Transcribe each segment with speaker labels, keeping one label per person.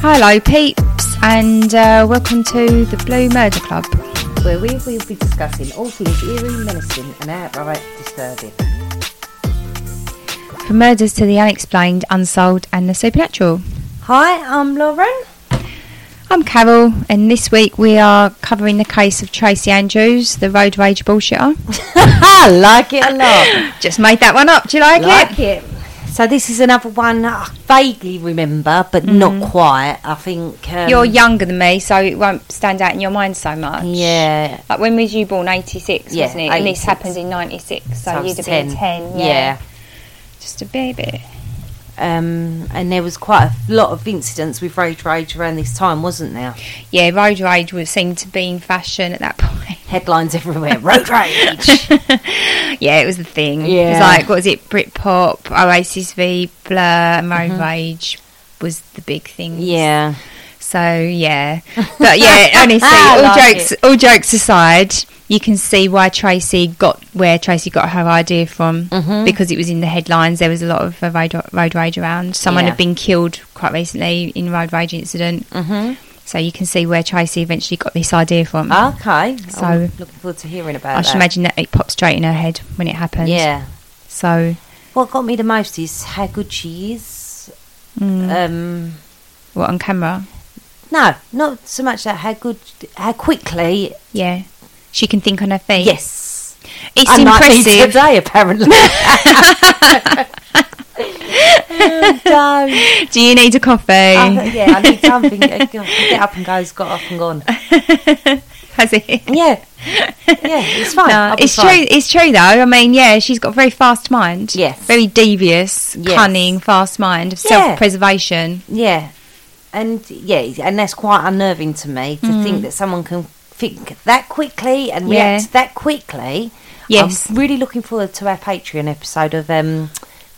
Speaker 1: Hello, peeps, and uh, welcome to the Blue Murder Club.
Speaker 2: where we will be discussing all things eerie, menacing, and outright disturbing.
Speaker 1: From murders to the unexplained, unsolved, and the supernatural.
Speaker 2: Hi, I'm Lauren.
Speaker 1: I'm Carol, and this week we are covering the case of Tracy Andrews, the road rage bullshitter.
Speaker 2: I like it a lot.
Speaker 1: Just made that one up. Do you like,
Speaker 2: like it. So this is another one I vaguely remember, but not quite. I think um,
Speaker 1: Mm. You're younger than me, so it won't stand out in your mind so much.
Speaker 2: Yeah.
Speaker 1: Like when was you born? 86,
Speaker 2: Yeah,
Speaker 1: wasn't it? And this
Speaker 2: 86.
Speaker 1: happened in 96, so,
Speaker 2: I was
Speaker 1: you'd have been 10. Yeah.
Speaker 2: yeah.
Speaker 1: Just a baby.
Speaker 2: Um, and there was quite a lot of incidents with road rage around this time, wasn't there?
Speaker 1: Yeah, road rage would seem to be in fashion at that point.
Speaker 2: Headlines everywhere. Road rage.
Speaker 1: yeah, it was the thing. It was
Speaker 2: Yeah.
Speaker 1: like, what was it? Britpop, Oasis V, Blur, and Road Rage was the big thing.
Speaker 2: Mm-hmm. yeah.
Speaker 1: So yeah, but yeah, honestly,
Speaker 2: I
Speaker 1: all
Speaker 2: like
Speaker 1: jokes all jokes aside, you can see why Tracy got where Tracy got her idea from
Speaker 2: Mm-hmm.
Speaker 1: because it was in the headlines. There was a lot of uh, road, road rage around. Someone
Speaker 2: Yeah.
Speaker 1: had been killed quite recently in a road rage incident. Mm-hmm. So you can see where Tracy eventually got this idea from.
Speaker 2: Okay.
Speaker 1: So-
Speaker 2: I'm looking forward to hearing about
Speaker 1: I
Speaker 2: that.
Speaker 1: should imagine that it popped straight in her head when it happened.
Speaker 2: Yeah.
Speaker 1: So
Speaker 2: What got me the most is how good she is.
Speaker 1: Mm.
Speaker 2: Um,
Speaker 1: What on camera?
Speaker 2: no, not so much that how good, how quickly.
Speaker 1: Yeah, she can think on her feet.
Speaker 2: Yes,
Speaker 1: it's
Speaker 2: Unlike me
Speaker 1: impressive.
Speaker 2: today. Apparently, no.
Speaker 1: Do you need a coffee?
Speaker 2: I- um, Uh, yeah, I need something. I Get up and go. It's got up and gone.
Speaker 1: Has it?
Speaker 2: Yeah, yeah, it's fine.
Speaker 1: No,
Speaker 2: I'll be
Speaker 1: it's true.
Speaker 2: fine.
Speaker 1: It's true though. I mean, yeah, she's got a very fast mind.
Speaker 2: Yes.
Speaker 1: very devious,
Speaker 2: Yes.
Speaker 1: cunning, fast mind of
Speaker 2: Yeah.
Speaker 1: self-preservation.
Speaker 2: Yeah, and yeah, and that's quite unnerving to me to think that someone can think that quickly and
Speaker 1: Mm. Yeah.
Speaker 2: react that quickly.
Speaker 1: Yes.
Speaker 2: I'm really looking forward to our Patreon episode of um,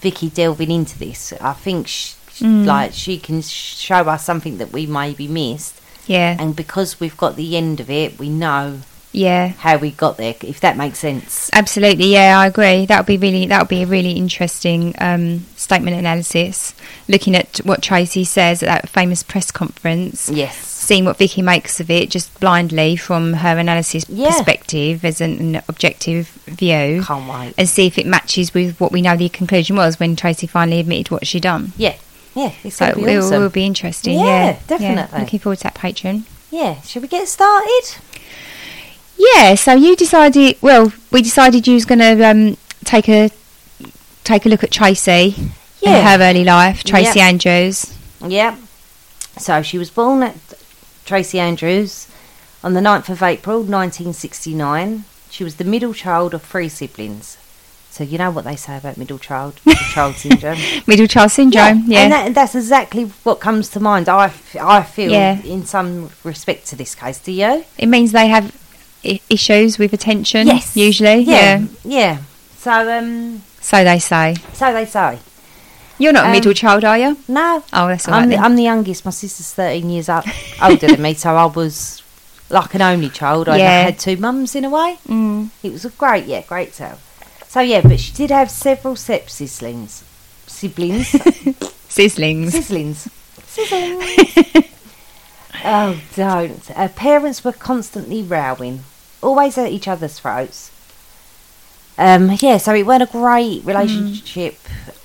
Speaker 2: Vicky delving into this. I think sh
Speaker 1: Mm.
Speaker 2: like she can show us something that we maybe missed,
Speaker 1: Yeah,
Speaker 2: and because we've got the end of it, we know
Speaker 1: yeah,
Speaker 2: how we got there. If that makes sense.
Speaker 1: absolutely. Yeah, I agree. That would be really. That would be a really interesting um, statement analysis. Looking at what Tracy says at that famous press conference.
Speaker 2: Yes.
Speaker 1: seeing what Vicky makes of it just blindly from her analysis
Speaker 2: Yeah.
Speaker 1: perspective as an, an objective view
Speaker 2: Can't wait.
Speaker 1: and see if it matches with what we know the conclusion was when Tracy finally admitted what she'd done.
Speaker 2: Yeah. Yeah. It's
Speaker 1: So
Speaker 2: going
Speaker 1: it
Speaker 2: to be
Speaker 1: will,
Speaker 2: awesome.
Speaker 1: will be interesting.
Speaker 2: Yeah,
Speaker 1: Yeah,
Speaker 2: definitely.
Speaker 1: looking forward to that patron.
Speaker 2: Yeah. Should we get started?
Speaker 1: Yeah, so you decided. Well, we decided you was going to um, take a take a look at Tracy
Speaker 2: Yeah.
Speaker 1: and her early life. Tracy
Speaker 2: Yep.
Speaker 1: Andrews.
Speaker 2: Yep. So she was born at Tracy Andrews on the 9th of April 1969. She was the middle child of three siblings. So you know what they say about middle child, middle child syndrome.
Speaker 1: Middle child syndrome. Yeah,
Speaker 2: And that, that's exactly what comes to mind. I, f- I feel
Speaker 1: Yeah.
Speaker 2: in some respect to this case. Do you?
Speaker 1: it means they have I- issues with attention. usually. yeah.
Speaker 2: Yeah. Yeah. So um,
Speaker 1: So they say.
Speaker 2: so they say.
Speaker 1: You're not a
Speaker 2: Um,
Speaker 1: middle child, are you?
Speaker 2: No,
Speaker 1: Oh, that's all
Speaker 2: I'm,
Speaker 1: right
Speaker 2: the,
Speaker 1: then.
Speaker 2: I'm the youngest. My sister's 13 years up, older than me, so I was like an only child. I
Speaker 1: Yeah.
Speaker 2: had two mums in a way. Mm. It was a great, yeah, great tale. So yeah, but she did have several step siblings. Siblings.
Speaker 1: Sizzlings.
Speaker 2: sizzlings. Sizzlings. oh, don't. Her parents were constantly rowing, always at each other's throats. Um, yeah, so it weren't a
Speaker 1: Mm.
Speaker 2: great relationship.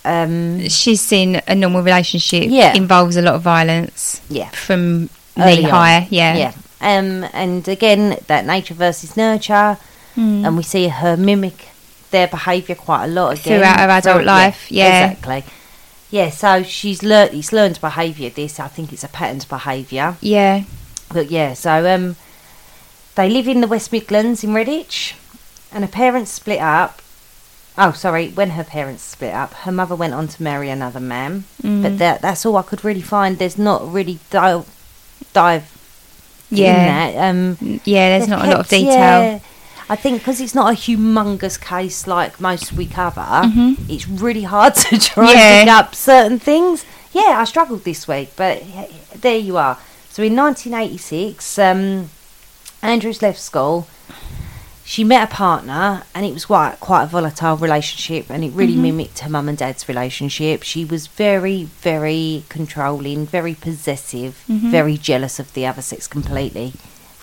Speaker 2: Um,
Speaker 1: She's seen a normal relationship.
Speaker 2: Yeah.
Speaker 1: Involves a lot of violence.
Speaker 2: Yeah.
Speaker 1: From
Speaker 2: Early
Speaker 1: knee
Speaker 2: on.
Speaker 1: high. Yeah.
Speaker 2: yeah. Um, and again, that nature versus nurture,
Speaker 1: Mm.
Speaker 2: and we see her mimic their behaviour quite a lot again
Speaker 1: Throughout her adult
Speaker 2: Throughout-
Speaker 1: life, yeah.
Speaker 2: exactly. Yeah, so she's learnt. It's learned behaviour. This, I think, it's a patterned behaviour.
Speaker 1: Yeah.
Speaker 2: But yeah, so um, they live in the West Midlands in Redditch, and her parents split up. Oh, sorry, when her parents split up, her mother went on to marry another man.
Speaker 1: Mm.
Speaker 2: But that, that's all I could really find. There's not really dive, dive
Speaker 1: Yeah.
Speaker 2: in that. Um,
Speaker 1: Yeah. There's
Speaker 2: they've
Speaker 1: not a lot of
Speaker 2: kept-
Speaker 1: detail.
Speaker 2: yeah. I think because it's not a humongous case like most we cover, it's really hard to try
Speaker 1: Yeah.
Speaker 2: and pick up certain things. Yeah, I struggled this week, but yeah, there you are. So in 1986, um, Andrews left school. She met a partner, and it was quite quite a volatile relationship, and it really mimicked her mum and dad's relationship. She was very, very controlling, very possessive, very jealous of the other sex completely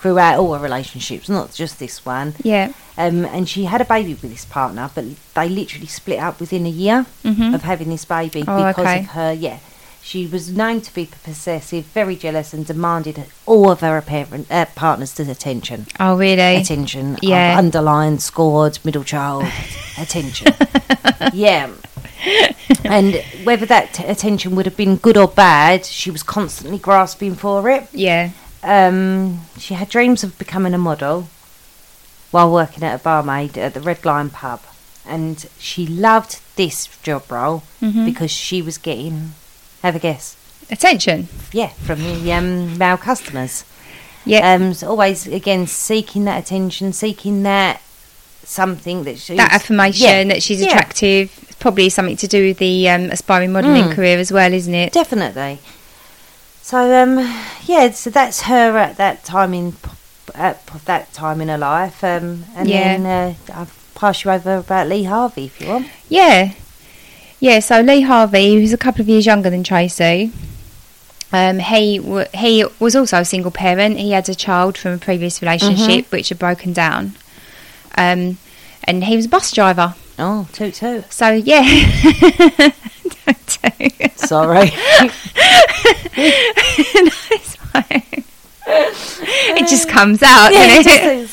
Speaker 2: throughout all her relationships, not just this one.
Speaker 1: Yeah.
Speaker 2: Um, and she had a baby with this partner, but they literally split up within a year of having this baby
Speaker 1: Mm-hmm. Oh,
Speaker 2: because
Speaker 1: okay.
Speaker 2: of her. Yeah, she was known to be possessive, very jealous, and demanded all of her parent, uh, partners' attention.
Speaker 1: Oh, really?
Speaker 2: Attention. I've
Speaker 1: Yeah.
Speaker 2: underlined, scored, middle child. attention. yeah. and whether that t- attention would have been good or bad, she was constantly grasping for it.
Speaker 1: Yeah.
Speaker 2: Um, she had dreams of becoming a model while working at a barmaid at the Red Lion pub, and she loved this job role
Speaker 1: Mm-hmm.
Speaker 2: because she was getting, have a guess,
Speaker 1: Attention.
Speaker 2: yeah, from the um, male customers.
Speaker 1: Yeah.
Speaker 2: Um, so always again seeking that attention, seeking that something that she
Speaker 1: that affirmation
Speaker 2: Yeah,
Speaker 1: that she's
Speaker 2: yeah,
Speaker 1: attractive. It's Probably something to do with the um, aspiring modelling career as well, isn't it?
Speaker 2: definitely. So um, yeah, so that's her at that time in at that time in her life. Um, and
Speaker 1: Yeah.
Speaker 2: then uh, I'll pass you over about Lee Harvey if you want.
Speaker 1: Yeah. Yeah, so Lee Harvey, who's a couple of years younger than Tracy, um, he w- he was also a single parent. He had a child from a previous relationship which had broken down. Um, and he was a bus driver.
Speaker 2: Oh, toot toot.
Speaker 1: So, yeah. Don't do.
Speaker 2: Sorry.
Speaker 1: It's fine. it just comes out, doesn't it?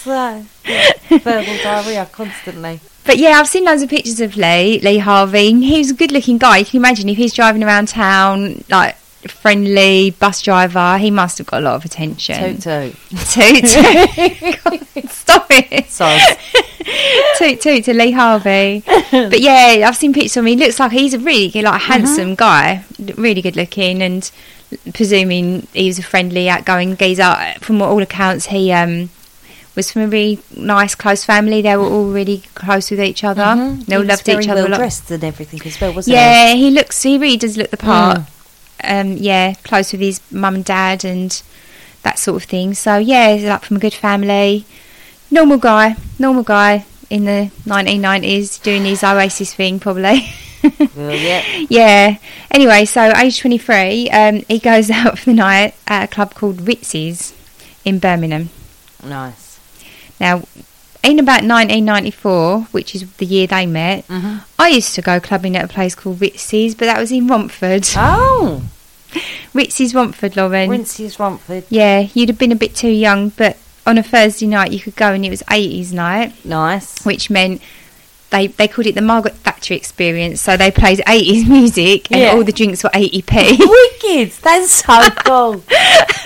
Speaker 2: verbal diarrhea constantly.
Speaker 1: But yeah, I've seen loads of pictures of Lee, Lee Harvey. and He was a good looking guy. You can imagine if he's driving around town, like friendly bus driver, he must have got a lot of attention.
Speaker 2: Toot toot.
Speaker 1: Toot, toot. God, stop it.
Speaker 2: Sorry.
Speaker 1: Toot, toot to Lee Harvey. But yeah, I've seen pictures of him. He looks like he's a really good,
Speaker 2: Uh-huh.
Speaker 1: like handsome guy, really good looking, and presuming he was a friendly, outgoing geezer. From all accounts, he um, was from a really nice, close family. They were all really close with each other. They all
Speaker 2: Mm-hmm. He was
Speaker 1: loved
Speaker 2: very
Speaker 1: each other a
Speaker 2: well
Speaker 1: lot.
Speaker 2: dressed and everything as well, wasn't Hmm. he?
Speaker 1: Yeah, he looks. He really does look the part. Um, yeah, close with his mum and dad and that sort of thing. So yeah, he's like from a good family, normal guy, normal guy in the 1990s doing his Oasis thing probably.
Speaker 2: Well, yeah.
Speaker 1: yeah. Anyway, so age 23, um, he goes out for the night at a club called Ritzy's in Birmingham.
Speaker 2: Nice.
Speaker 1: Now, in about 1994, which is the year they met,
Speaker 2: Mm-hmm.
Speaker 1: I used to go clubbing at a place called Ritzy's, but that was in Romford.
Speaker 2: Oh,
Speaker 1: Ritzy's Romford, Lauren.
Speaker 2: Rince's Romford.
Speaker 1: yeah, you'd have been a bit too young, but on a Thursday night you could go and it was 80s night,
Speaker 2: Nice.
Speaker 1: which meant they, they called it the Margaret Thatcher experience. So they played 80s music and
Speaker 2: Yeah.
Speaker 1: all the drinks were 80p.
Speaker 2: Wicked. That's so cool.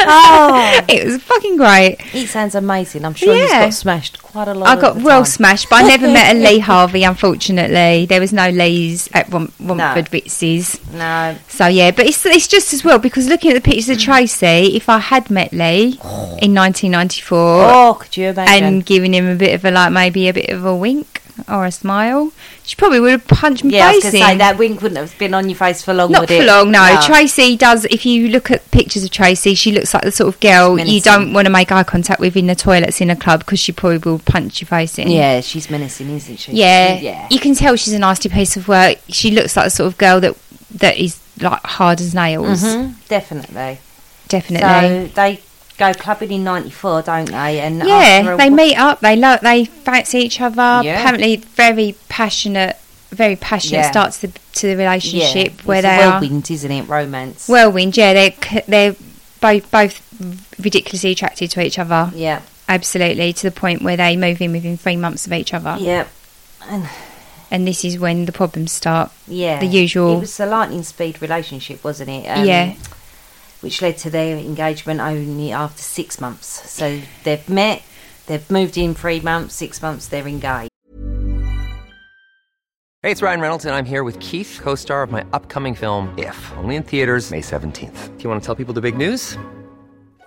Speaker 2: oh,
Speaker 1: it was fucking great.
Speaker 2: it sounds amazing. I'm sure he's
Speaker 1: Yeah.
Speaker 2: got smashed quite a lot.
Speaker 1: I
Speaker 2: at
Speaker 1: got
Speaker 2: the
Speaker 1: well
Speaker 2: time.
Speaker 1: smashed, but I never met a Lee Harvey, unfortunately. There was no Lees at Rom- Romford Ritzy's.
Speaker 2: No.
Speaker 1: So yeah, but it's it's just as well because looking at the pictures
Speaker 2: Mm.
Speaker 1: of Tracy, if I had met Lee in 1994
Speaker 2: Oh, could you imagine?
Speaker 1: and giving him a bit of a like maybe a bit of a wink, or a smile. She probably would have punched me
Speaker 2: Yeah, I was
Speaker 1: face
Speaker 2: going
Speaker 1: in.
Speaker 2: to say that wink wouldn't have been on your face for long,
Speaker 1: Not
Speaker 2: would
Speaker 1: for
Speaker 2: it?
Speaker 1: long, no. Tracy does. If you look at pictures of Tracy, she looks like the sort of girl you
Speaker 2: Menacing.
Speaker 1: don't want to make eye contact with in the toilets in a club because she probably will punch your face in.
Speaker 2: yeah, she's menacing, isn't she?
Speaker 1: yeah,
Speaker 2: yeah.
Speaker 1: You can tell she's a nasty piece of work. She looks like the sort of girl that that is like hard as nails.
Speaker 2: Mhm, definitely.
Speaker 1: Definitely.
Speaker 2: So they go clubbing in '94, don't they? And after
Speaker 1: yeah,
Speaker 2: a
Speaker 1: they
Speaker 2: wh-
Speaker 1: meet up. They love. They fancy each other.
Speaker 2: Yeah.
Speaker 1: Apparently, very passionate. Very passionate
Speaker 2: Yeah.
Speaker 1: start to the to the
Speaker 2: Yeah,
Speaker 1: relationship where
Speaker 2: it's a
Speaker 1: they are
Speaker 2: whirlwind, isn't it? Romance.
Speaker 1: whirlwind. Yeah, they're c- they're both both ridiculously attracted to each other.
Speaker 2: yeah,
Speaker 1: Absolutely, to the point where they move in within three months of each other,
Speaker 2: yeah,
Speaker 1: and this is when the problems start.
Speaker 2: yeah.
Speaker 1: The usual.
Speaker 2: It was a lightning speed relationship, wasn't it? Um,
Speaker 1: Yeah.
Speaker 2: Which led to their engagement only after six months. So they've met, they've moved in three months, six months, they're engaged.
Speaker 3: Hey, it's Ryan Reynolds, and I'm here with Keith, co star of my upcoming film, If, only in theaters, May 17th. Do you want to tell people the big news?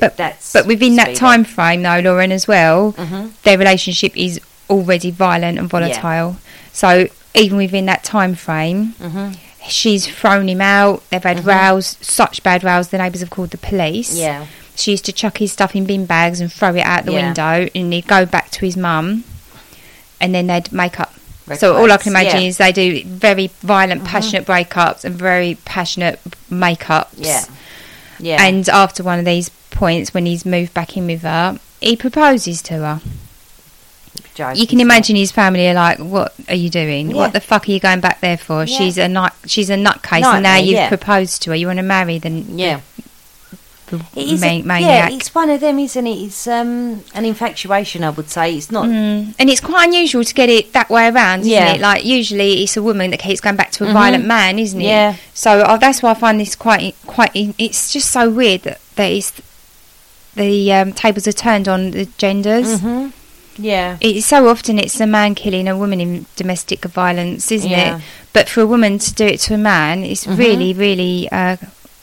Speaker 1: But
Speaker 2: That's
Speaker 1: but within that
Speaker 2: speed Mm-hmm.
Speaker 1: time
Speaker 2: up.
Speaker 1: frame, though, Lauren as well, their relationship is already violent and volatile. So even within that time frame,
Speaker 2: Mm-hmm.
Speaker 1: she's thrown him out. They've had rows, such bad rows. The neighbours have called the police.
Speaker 2: Yeah.
Speaker 1: She used to chuck his stuff in bin bags and throw it out the
Speaker 2: Yeah.
Speaker 1: window, and he'd go back to his mum, and then they'd make up. So all I can
Speaker 2: Breakouts,
Speaker 1: imagine
Speaker 2: yeah. Mm-hmm.
Speaker 1: is they do very violent, passionate breakups and very passionate makeups.
Speaker 2: Yeah. Yeah.
Speaker 1: And after one of these points, when he's moved back in with her, he proposes to her.
Speaker 2: Joke,
Speaker 1: You can
Speaker 2: isn't it?
Speaker 1: imagine his family are like, "What are you doing?
Speaker 2: Yeah.
Speaker 1: What the fuck are you going back there for?
Speaker 2: Yeah.
Speaker 1: She's a nut. She's a nutcase, and now
Speaker 2: Nightmare,
Speaker 1: you've
Speaker 2: yeah.
Speaker 1: proposed to her. You want to marry the,
Speaker 2: Yeah.
Speaker 1: the
Speaker 2: It is a-
Speaker 1: ma-
Speaker 2: yeah,
Speaker 1: maniac?"
Speaker 2: it's one of them, isn't it? It's um, an infatuation, I would say. It's not.
Speaker 1: and it's quite unusual to get it that way around, isn't
Speaker 2: Yeah. Mm-hmm.
Speaker 1: it? Like usually it's a woman that keeps going back to a violent man, isn't it?
Speaker 2: Yeah.
Speaker 1: So uh, that's why I find this quite quite. It's just so weird that that it's the um, tables are turned on the genders.
Speaker 2: Mm-hmm. Yeah.
Speaker 1: It's so often it's a man killing a woman in domestic violence, isn't
Speaker 2: Yeah. Mm-hmm.
Speaker 1: it? But for a woman to do it to a man, it's really, really, uh,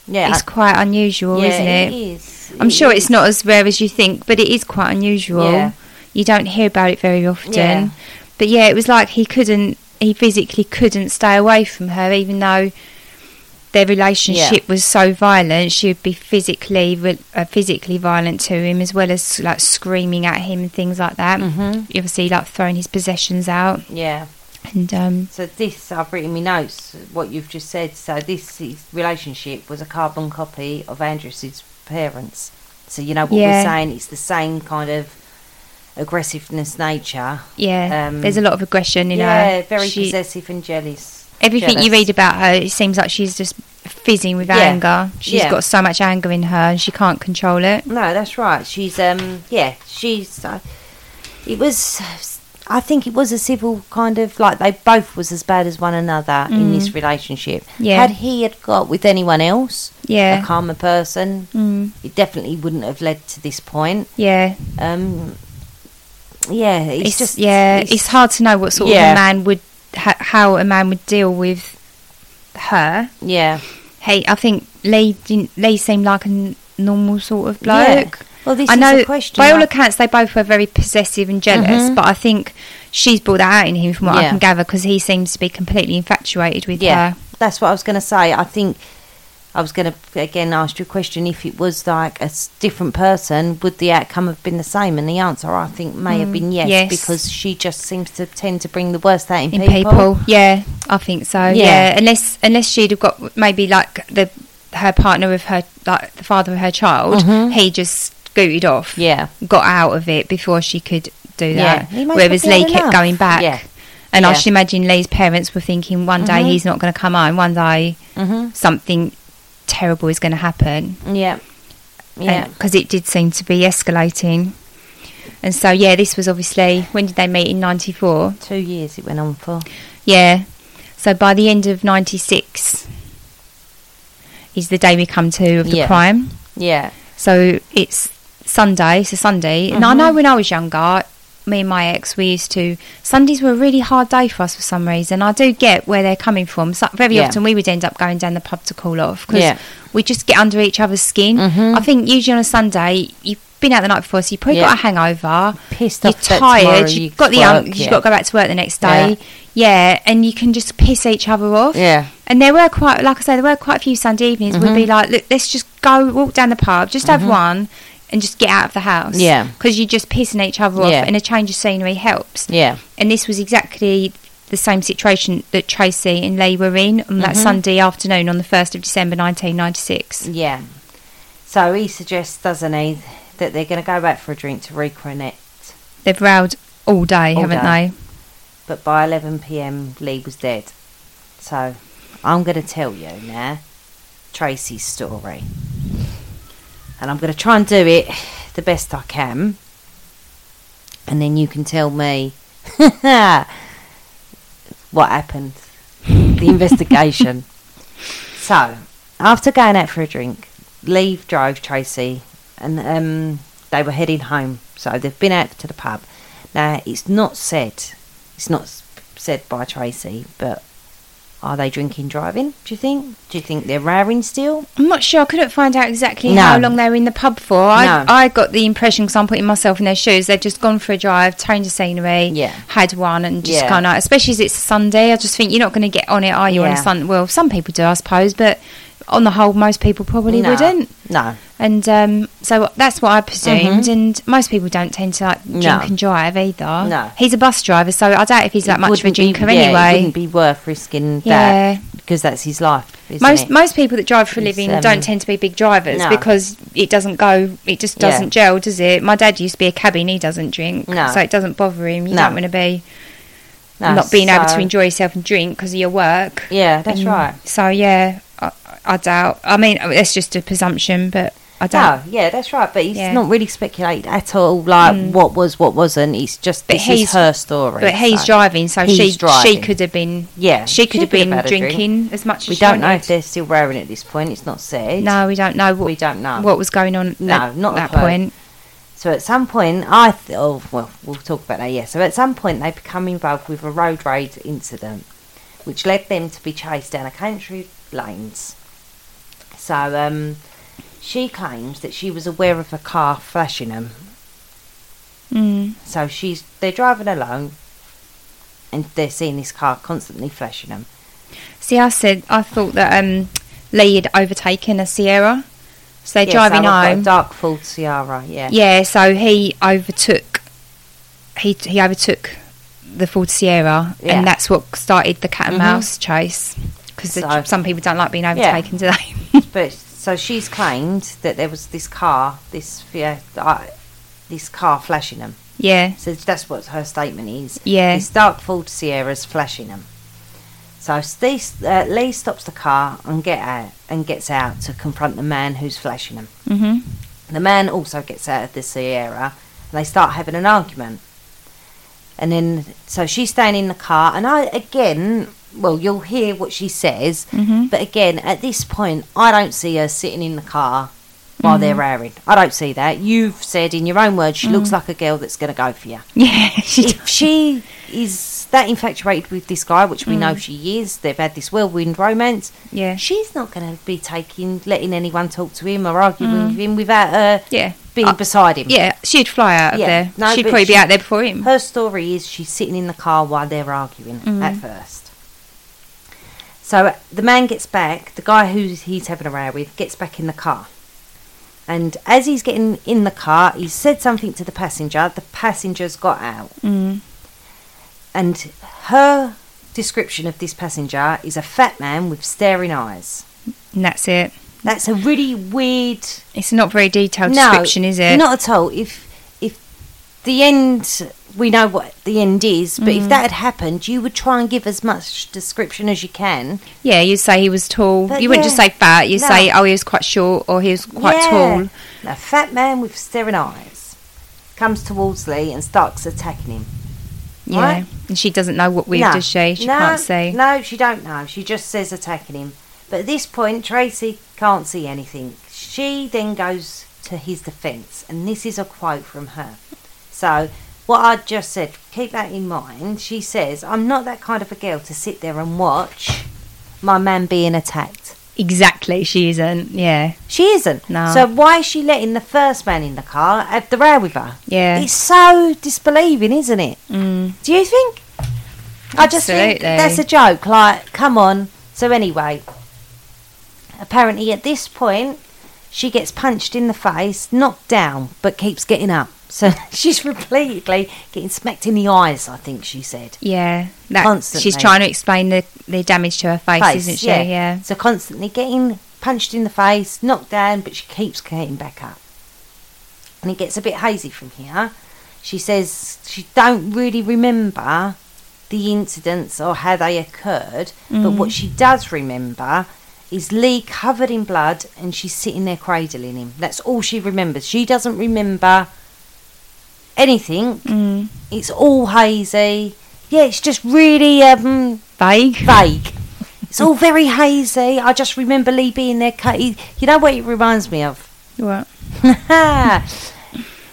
Speaker 2: Yeah.
Speaker 1: it's quite unusual,
Speaker 2: yeah,
Speaker 1: isn't it?
Speaker 2: is.
Speaker 1: I'm
Speaker 2: It
Speaker 1: sure
Speaker 2: is.
Speaker 1: it's not as rare as you think, but it is quite unusual.
Speaker 2: Yeah.
Speaker 1: You don't hear about it very often.
Speaker 2: Yeah.
Speaker 1: But yeah, it was like he couldn't, he physically couldn't stay away from her, even though their relationship was so violent. She would be physically, re- uh, physically violent to him, as well as like screaming at him and things like that. Mm-hmm. Obviously, like throwing his possessions out
Speaker 2: Yeah.
Speaker 1: and um,
Speaker 2: So this, I've written me notes. What you've just said. So this is, relationship was a carbon copy of Andrews's parents. So you know what
Speaker 1: Yeah.
Speaker 2: we're saying. It's the same kind of aggressiveness nature.
Speaker 1: yeah,
Speaker 2: Um,
Speaker 1: there's a lot of aggression in her.
Speaker 2: yeah, very
Speaker 1: She-
Speaker 2: possessive and jealous.
Speaker 1: Everything you
Speaker 2: Jealous.
Speaker 1: read about her, it seems like she's just fizzing with
Speaker 2: Yeah.
Speaker 1: anger. She's
Speaker 2: Yeah.
Speaker 1: got so much anger in her and she can't control it.
Speaker 2: No, that's right. She's um yeah, she's uh, it was I think it was a civil kind of like they both was as bad as one another in this relationship.
Speaker 1: Mm. Yeah.
Speaker 2: Had he had got with anyone else,
Speaker 1: Yeah.
Speaker 2: a calmer person,
Speaker 1: Mm.
Speaker 2: it definitely wouldn't have led to this point.
Speaker 1: Yeah.
Speaker 2: Um yeah, it's,
Speaker 1: It's,
Speaker 2: just
Speaker 1: yeah, it's, hard to know what sort of
Speaker 2: Yeah.
Speaker 1: a man would ha- how a man would deal with her.
Speaker 2: yeah.
Speaker 1: Hey, I think Lee didn't, Lee seemed like a n- normal sort of bloke.
Speaker 2: Yeah. Well, this
Speaker 1: I
Speaker 2: is
Speaker 1: know
Speaker 2: a question.
Speaker 1: by all
Speaker 2: I-
Speaker 1: accounts they both were very possessive and jealous, but I think she's brought that out in him from what I
Speaker 2: Yeah.
Speaker 1: can gather because he seems to be completely infatuated with
Speaker 2: Yeah,
Speaker 1: her.
Speaker 2: that's what I was going to say. I think I was going to again ask you a question. If it was like a s- different person, would the outcome have been the same? And the answer, I think, may have been yes,
Speaker 1: Mm, yes.
Speaker 2: because she just seems to tend to bring the worst out in,
Speaker 1: in people. Yeah, I think so. Yeah.
Speaker 2: Yeah.
Speaker 1: unless unless she'd have got maybe like the her partner with her like the father of her child, he just scooted off.
Speaker 2: Mm-hmm. Yeah.
Speaker 1: got out of it before she could do
Speaker 2: Yeah.
Speaker 1: that.
Speaker 2: He might
Speaker 1: Whereas
Speaker 2: not be
Speaker 1: Lee
Speaker 2: had
Speaker 1: kept
Speaker 2: enough.
Speaker 1: going back.
Speaker 2: Yeah.
Speaker 1: And I
Speaker 2: Yeah. Mm-hmm.
Speaker 1: should imagine Lee's parents were thinking one day he's not going to come home, one day something terrible is going to happen
Speaker 2: Yeah, yeah,
Speaker 1: because it did seem to be escalating. And so, yeah, this was obviously when did they meet in '94?
Speaker 2: two years it went on for.
Speaker 1: Yeah. So by the end of 96 is the day we come to of the
Speaker 2: Yeah.
Speaker 1: crime.
Speaker 2: Yeah,
Speaker 1: So it's Sunday. It's a Sunday. And I
Speaker 2: Uh-huh.
Speaker 1: know when I was younger, me and my ex, we used to. Sundays were a really hard day for us for some reason. I do get where they're coming from. So very
Speaker 2: Yeah.
Speaker 1: often we would end up going down the pub to call off because
Speaker 2: Yeah. Mm-hmm.
Speaker 1: we just get under each other's skin. I think usually on a Sunday, you've been out the night before, so you've probably
Speaker 2: Yeah.
Speaker 1: got a hangover.
Speaker 2: Pissed
Speaker 1: you're
Speaker 2: off that tomorrow
Speaker 1: tired.
Speaker 2: you
Speaker 1: You've got the
Speaker 2: work,
Speaker 1: um,
Speaker 2: yeah.
Speaker 1: you've got to go back to work the next day. Yeah. and you can just piss each other off.
Speaker 2: Yeah. Mm-hmm.
Speaker 1: And there were quite, like I say, there were quite a few Sunday evenings. We'd be like, look, let's just go walk down the pub, just have one, and just get out of the house.
Speaker 2: Yeah.
Speaker 1: Because you're just pissing each other off,
Speaker 2: Yeah.
Speaker 1: and a change of scenery helps.
Speaker 2: yeah,
Speaker 1: And this was exactly the same situation that Tracy and Lee were in on that
Speaker 2: Mm-hmm.
Speaker 1: Sunday afternoon on the 1st of December 1996.
Speaker 2: yeah. So he suggests, doesn't he, that they're going to go back for a drink to reconnect.
Speaker 1: They've rowed all day,
Speaker 2: All
Speaker 1: haven't
Speaker 2: day.
Speaker 1: they?
Speaker 2: But by 11 pm, Lee was dead. So I'm going to tell you now Tracy's story. And I'm going to try and do it the best I can. And then you can tell me what happened, the investigation. so, after going out for a drink, Lee drove Tracy and um, they were heading home. So they've been out to the pub. Now, it's not said, it's not s- said by Tracy, but are they drinking driving, do you think? Do you think they're raring still?
Speaker 1: I'm not sure. I couldn't find out exactly
Speaker 2: No.
Speaker 1: how long they were in the pub for. I,
Speaker 2: No.
Speaker 1: I got the impression, because I'm putting myself in their shoes, they'd just gone for a drive, changed the scenery,
Speaker 2: Yeah.
Speaker 1: had one, and just
Speaker 2: Yeah.
Speaker 1: kind of, especially as it's Sunday, I just think you're not going to get on it, are you, on a
Speaker 2: Yeah.
Speaker 1: Sunday? Well, some people do, I suppose, but on the whole, most people probably
Speaker 2: no.
Speaker 1: wouldn't.
Speaker 2: No.
Speaker 1: And um, so that's what I presumed. And most people don't tend to like drink
Speaker 2: Mm-hmm. No.
Speaker 1: and drive either.
Speaker 2: No.
Speaker 1: He's a bus driver, so I doubt if he's that
Speaker 2: It
Speaker 1: much of a
Speaker 2: wouldn't be-
Speaker 1: drinker
Speaker 2: yeah, It
Speaker 1: anyway.
Speaker 2: wouldn't be worth risking
Speaker 1: Yeah.
Speaker 2: that because that's his life. Isn't
Speaker 1: most
Speaker 2: it?
Speaker 1: most people that drive for a
Speaker 2: It's,
Speaker 1: living
Speaker 2: um,
Speaker 1: don't tend to be big drivers
Speaker 2: No.
Speaker 1: because it doesn't go it just
Speaker 2: Yeah.
Speaker 1: doesn't gel does it my dad used to be a cabbie and he doesn't drink
Speaker 2: No.
Speaker 1: so it doesn't bother him you
Speaker 2: No.
Speaker 1: don't want to be
Speaker 2: No,
Speaker 1: not being able
Speaker 2: so-
Speaker 1: to enjoy yourself and drink because of your work
Speaker 2: Yeah, that's
Speaker 1: And
Speaker 2: right.
Speaker 1: so yeah I, I doubt i mean uh, that's just a presumption but i doubt
Speaker 2: No, yeah, that's right. But he's
Speaker 1: Yeah. Mm.
Speaker 2: not really speculated at all. Like what was, what wasn't. It's just
Speaker 1: But
Speaker 2: this is
Speaker 1: he's-
Speaker 2: her story.
Speaker 1: but he's
Speaker 2: so-
Speaker 1: driving so
Speaker 2: He's
Speaker 1: she she
Speaker 2: driving.
Speaker 1: could have been
Speaker 2: Yeah,
Speaker 1: she could have been
Speaker 2: had a drink.
Speaker 1: drinking as much as
Speaker 2: We
Speaker 1: she
Speaker 2: don't know
Speaker 1: wanted.
Speaker 2: if they're still wearing at this point. It's not said.
Speaker 1: no we don't know what
Speaker 2: We don't know.
Speaker 1: what was going on
Speaker 2: No,
Speaker 1: at
Speaker 2: not a
Speaker 1: that
Speaker 2: clue.
Speaker 1: point
Speaker 2: So at some point, I th- oh well, we'll talk about that. Yeah. So at some point, they become involved with a road rage incident, which led them to be chased down a country lanes. So um, she claims that she was aware of a car flashing them.
Speaker 1: mm.
Speaker 2: So she's they're driving alone, and they're seeing this car constantly flashing them.
Speaker 1: See, I said I thought that um, Lee had overtaken a Sierra, so they're driving
Speaker 2: A
Speaker 1: home.
Speaker 2: dark Ford Sierra. Yeah.
Speaker 1: yeah, so he overtook. He he overtook the Ford Sierra,
Speaker 2: Yeah. Mm-hmm.
Speaker 1: and that's what started the cat and mouse chase. Because
Speaker 2: So-
Speaker 1: some people don't like being overtaken, do they?
Speaker 2: But so she's claimed that there was this car, this yeah, uh, this car flashing them.
Speaker 1: yeah,
Speaker 2: So that's what her statement is.
Speaker 1: Yeah.
Speaker 2: This dark Ford Sierra's flashing them. So Steve, uh, Lee stops the car and get out and gets out to confront the man who's flashing him.
Speaker 1: hmm
Speaker 2: The man also gets out of the Sierra and they start having an argument. And then, so she's staying in the car, and I, again, well, you'll hear what she says, but again, at this point, I don't see her sitting in the car while they're raring. I don't see that. You've said in your own words, she looks like a girl that's going to go for you.
Speaker 1: Yeah, she does.
Speaker 2: If she is that infatuated with this guy, which we know she is, they've had this whirlwind romance,
Speaker 1: Mm. Yeah.
Speaker 2: she's not going to be taking, letting anyone talk to him or arguing with him without her
Speaker 1: Yeah.
Speaker 2: being
Speaker 1: Mm. Uh,
Speaker 2: beside him.
Speaker 1: Yeah, she'd fly out of
Speaker 2: Yeah.
Speaker 1: there.
Speaker 2: No,
Speaker 1: she'd
Speaker 2: but
Speaker 1: probably
Speaker 2: she-
Speaker 1: be out there before him.
Speaker 2: Her story is she's sitting in the car while they're arguing at first. So the man gets back, the guy who he's having a row with gets back in the car. And as he's getting in the car, he said something to the passenger. The passenger's got out.
Speaker 1: Mm.
Speaker 2: And her description of this passenger is a fat man with staring eyes.
Speaker 1: And that's it.
Speaker 2: That's a really weird
Speaker 1: It's not very detailed description, is it?
Speaker 2: Not at all. If if the end, we know what the end is, but
Speaker 1: Mm.
Speaker 2: if that had happened, you would try and give as much description as you can.
Speaker 1: Yeah, you'd say he was tall.
Speaker 2: But
Speaker 1: you wouldn't just
Speaker 2: yeah.
Speaker 1: say fat. You'd
Speaker 2: No.
Speaker 1: say, oh, he was quite short or he was quite
Speaker 2: Yeah.
Speaker 1: tall.
Speaker 2: A fat man with staring eyes comes towards Lee and starts attacking him.
Speaker 1: Yeah.
Speaker 2: Right.
Speaker 1: And she doesn't know what we've,
Speaker 2: No.
Speaker 1: does she? She
Speaker 2: no,
Speaker 1: can't see.
Speaker 2: No, she don't know. She just says attacking him. But at this point, Tracy can't see anything. She then goes to his defence, and this is a quote from her. So, what I just said, keep that in mind. She says, "I'm not that kind of a girl to sit there and watch my man being attacked."
Speaker 1: Exactly. She isn't. Yeah.
Speaker 2: She isn't.
Speaker 1: No.
Speaker 2: So why is she letting the first man in the car have the row with her?
Speaker 1: Yeah.
Speaker 2: It's so disbelieving, isn't it?
Speaker 1: Mm.
Speaker 2: Do you think? I just think
Speaker 1: Absolutely.
Speaker 2: that's a joke. Like, come on. So anyway, apparently at this point, she gets punched in the face, knocked down, but keeps getting up. So she's repeatedly getting smacked in the eyes. I think she said.
Speaker 1: Yeah. That,
Speaker 2: Constantly.
Speaker 1: She's trying to explain the, the damage to her face, isn't she? Yeah.
Speaker 2: So constantly getting punched in the face, knocked down, but she keeps getting back up. And it gets a bit hazy from here. She says she don't really remember the incidents or how they occurred, but what she
Speaker 1: Mm.
Speaker 2: does remember is Lee covered in blood and she's sitting there cradling him. That's all she remembers. She doesn't remember anything.
Speaker 1: Mm.
Speaker 2: It's all hazy. Yeah, it's just really um
Speaker 1: Vague.
Speaker 2: vague. It's all very hazy. I just remember Lee being there. Cut. he- You know what it reminds me of?
Speaker 1: What?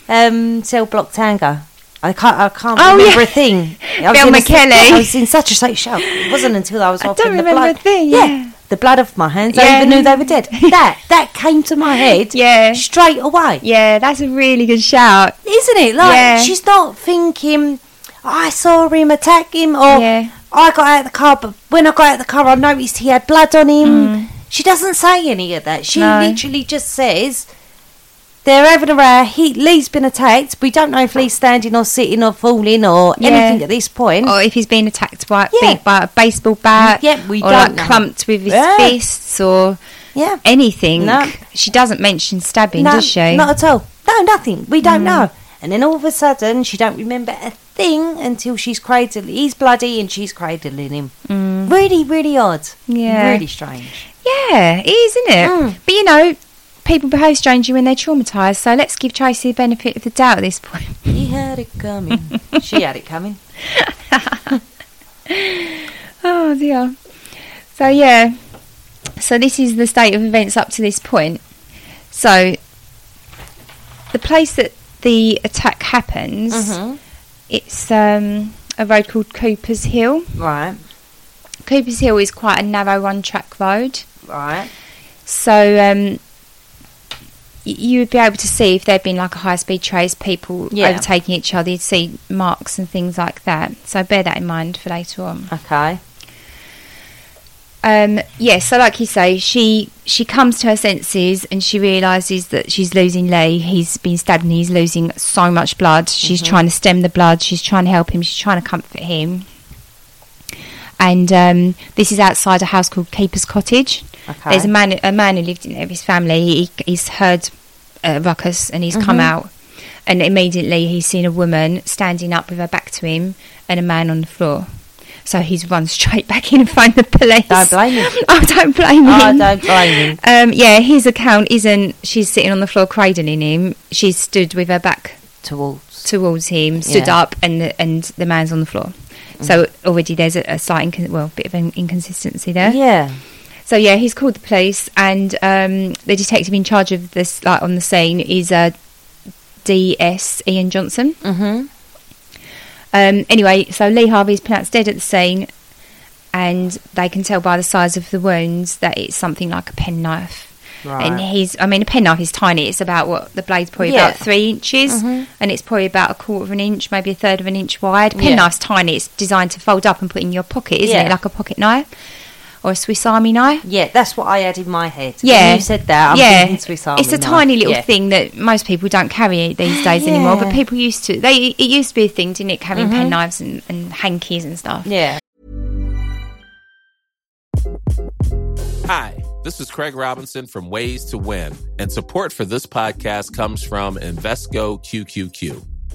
Speaker 2: um, Cell Block Tango. I can't. I can't
Speaker 1: Oh,
Speaker 2: remember
Speaker 1: yeah.
Speaker 2: a thing. I was
Speaker 1: Bill
Speaker 2: in a-
Speaker 1: McKelley.
Speaker 2: I was in such a state shock. It wasn't until I was
Speaker 1: I
Speaker 2: off
Speaker 1: don't
Speaker 2: in the
Speaker 1: remember
Speaker 2: blood.
Speaker 1: a thing, yeah.
Speaker 2: the blood off my hands. I
Speaker 1: Yeah.
Speaker 2: even knew they were dead. That that came to my head.
Speaker 1: Yeah.
Speaker 2: straight away
Speaker 1: Yeah, that's a really good shout.
Speaker 2: isn't it? Like
Speaker 1: Yeah.
Speaker 2: she's not thinking. "Oh, I saw him attack him, or
Speaker 1: Yeah.
Speaker 2: I got out of the car. But when I got out of the car, I noticed he had blood on him. She doesn't say any of that. She
Speaker 1: Mm. No.
Speaker 2: literally just says, "They're having a row. He Lee's been attacked. We don't know if Lee's standing or sitting or falling or
Speaker 1: Yeah.
Speaker 2: anything at this point."
Speaker 1: Or if he's been attacked by,
Speaker 2: Yeah.
Speaker 1: beat by a baseball bat.
Speaker 2: Yeah, we
Speaker 1: or like
Speaker 2: don't know.
Speaker 1: clumped with his
Speaker 2: Yeah.
Speaker 1: fists or
Speaker 2: yeah,
Speaker 1: anything.
Speaker 2: No.
Speaker 1: She doesn't mention stabbing,
Speaker 2: no,
Speaker 1: does she?
Speaker 2: not at all. No, nothing. We
Speaker 1: Mm.
Speaker 2: don't know. And then all of a sudden, she don't remember a thing until she's cradling. He's bloody, and she's cradling him. Really, really odd.
Speaker 1: Mm. Yeah.
Speaker 2: really strange.
Speaker 1: Yeah, it is, isn't it?
Speaker 2: Mm.
Speaker 1: But you know, people behave strangely when they're traumatised, so let's give Tracy the benefit of the doubt at this point.
Speaker 2: He had it coming. she had it coming.
Speaker 1: Oh dear. So yeah. So this is the state of events up to this point. So the place that the attack happens, it's um, a road called Cooper's Hill.
Speaker 2: Right,
Speaker 1: Cooper's Hill is quite a narrow one-track road.
Speaker 2: right.
Speaker 1: So um, y- you would be able to see if there'd been like a high speed trace, people
Speaker 2: Yeah.
Speaker 1: overtaking each other, you'd see marks and things like that. So bear that in mind for later on.
Speaker 2: Okay.
Speaker 1: Um, yeah, so like you say, she she comes to her senses and she realises that she's losing Lee. He's been stabbed and he's losing so much blood. She's trying to stem the blood. She's trying to help him. She's trying to comfort him. And um, this is outside a house called Keeper's Cottage.
Speaker 2: Okay.
Speaker 1: There's a man a man who lived in there with his family. He, he's heard a ruckus and he's
Speaker 2: Mm-hmm.
Speaker 1: come out. And immediately he's seen a woman standing up with her back to him and a man on the floor. So he's run straight back in and phoned the police.
Speaker 2: Don't blame him.
Speaker 1: I don't blame him.
Speaker 2: I don't blame him.
Speaker 1: Um, yeah, his account isn't. She's sitting on the floor cradling him. She's stood with her back
Speaker 2: Towards.
Speaker 1: towards him, stood
Speaker 2: Yeah. Mm-hmm.
Speaker 1: up, and the, and the man's on the floor. So already there's a, a slight, incon- well, bit of an inconsistency there.
Speaker 2: Yeah.
Speaker 1: So yeah, he's called the police, and um, the detective in charge of this, like on the scene, is uh, D.S. Ian Johnson. Mm-hmm. Um, anyway, so Lee Harvey's pronounced dead at the scene, and they can tell by the size of the wounds that it's something like a penknife. And
Speaker 2: Right.
Speaker 1: he's, I mean, a penknife is tiny. It's about what the blade's probably
Speaker 2: Yeah. Mm-hmm.
Speaker 1: about three inches, and it's probably about a quarter of an inch, maybe a third of an inch wide.
Speaker 2: Yeah.
Speaker 1: Penknife's tiny. It's designed to fold up and put in your pocket, isn't
Speaker 2: Yeah.
Speaker 1: it? Like a pocket knife or a Swiss Army knife.
Speaker 2: Yeah, that's what I had in my head. When
Speaker 1: Yeah,
Speaker 2: you said that. Uh, I'm thinking Swiss Army
Speaker 1: it's a
Speaker 2: knife.
Speaker 1: tiny little
Speaker 2: Yeah. Ah,
Speaker 1: thing that most people don't carry these days anymore. But
Speaker 2: Yeah. Mm-hmm.
Speaker 1: people used to. They it used to be a thing, didn't it? Carrying pen knives and, and hankies and stuff.
Speaker 2: Yeah.
Speaker 4: Hi, this is Craig Robinson from Ways to Win, and support for this podcast comes from Invesco QQQ.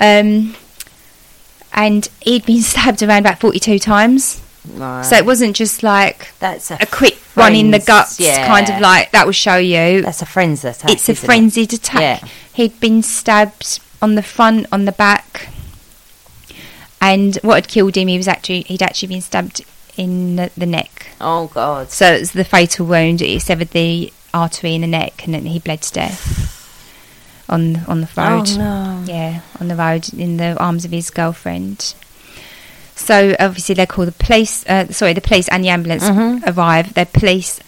Speaker 1: Um, and he'd been stabbed around about forty-two times.
Speaker 2: Right.
Speaker 1: So it wasn't just like
Speaker 2: that's a,
Speaker 1: a quick one in the
Speaker 2: frenz-
Speaker 1: guts,
Speaker 2: yeah.
Speaker 1: kind of like that will show you.
Speaker 2: That's a friends attack.
Speaker 1: it's a
Speaker 2: isn't it?
Speaker 1: frenzied attack.
Speaker 2: Yeah.
Speaker 1: He'd been stabbed on the front, on the back, and what had killed him, he was actually he'd actually been stabbed in the, the neck.
Speaker 2: Oh, God.
Speaker 1: So it's the fatal wound. It severed the artery in the neck, and then he bled to death on on the road.
Speaker 2: Oh, no.
Speaker 1: Yeah, on the road in the arms of his girlfriend. So obviously they call the police. Uh, sorry, the police and the ambulance
Speaker 2: Mm-hmm.
Speaker 1: arrive. The police.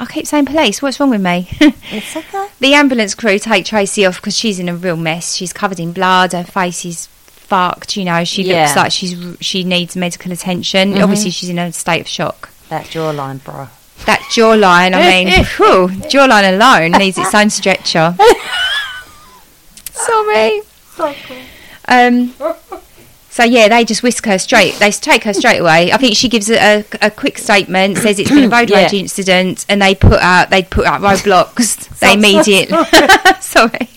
Speaker 1: I keep saying police. What's wrong with me?
Speaker 2: It's okay.
Speaker 1: The ambulance crew take Tracy off because she's in a real mess. She's covered in blood. Her face is fucked. You know, she
Speaker 2: Yeah.
Speaker 1: looks
Speaker 2: Mm-hmm.
Speaker 1: like she's she needs medical attention. Obviously, she's in a state of shock.
Speaker 2: That jawline, bro.
Speaker 1: That jawline, I mean, whew, jawline alone needs its own stretcher. Sorry. Um. So yeah, they just whisk her straight. They take her straight away. I think she gives a, a, a quick statement, says it's been a road
Speaker 2: Yeah.
Speaker 1: rage incident, and they put out they put out roadblocks. they immediately. sorry,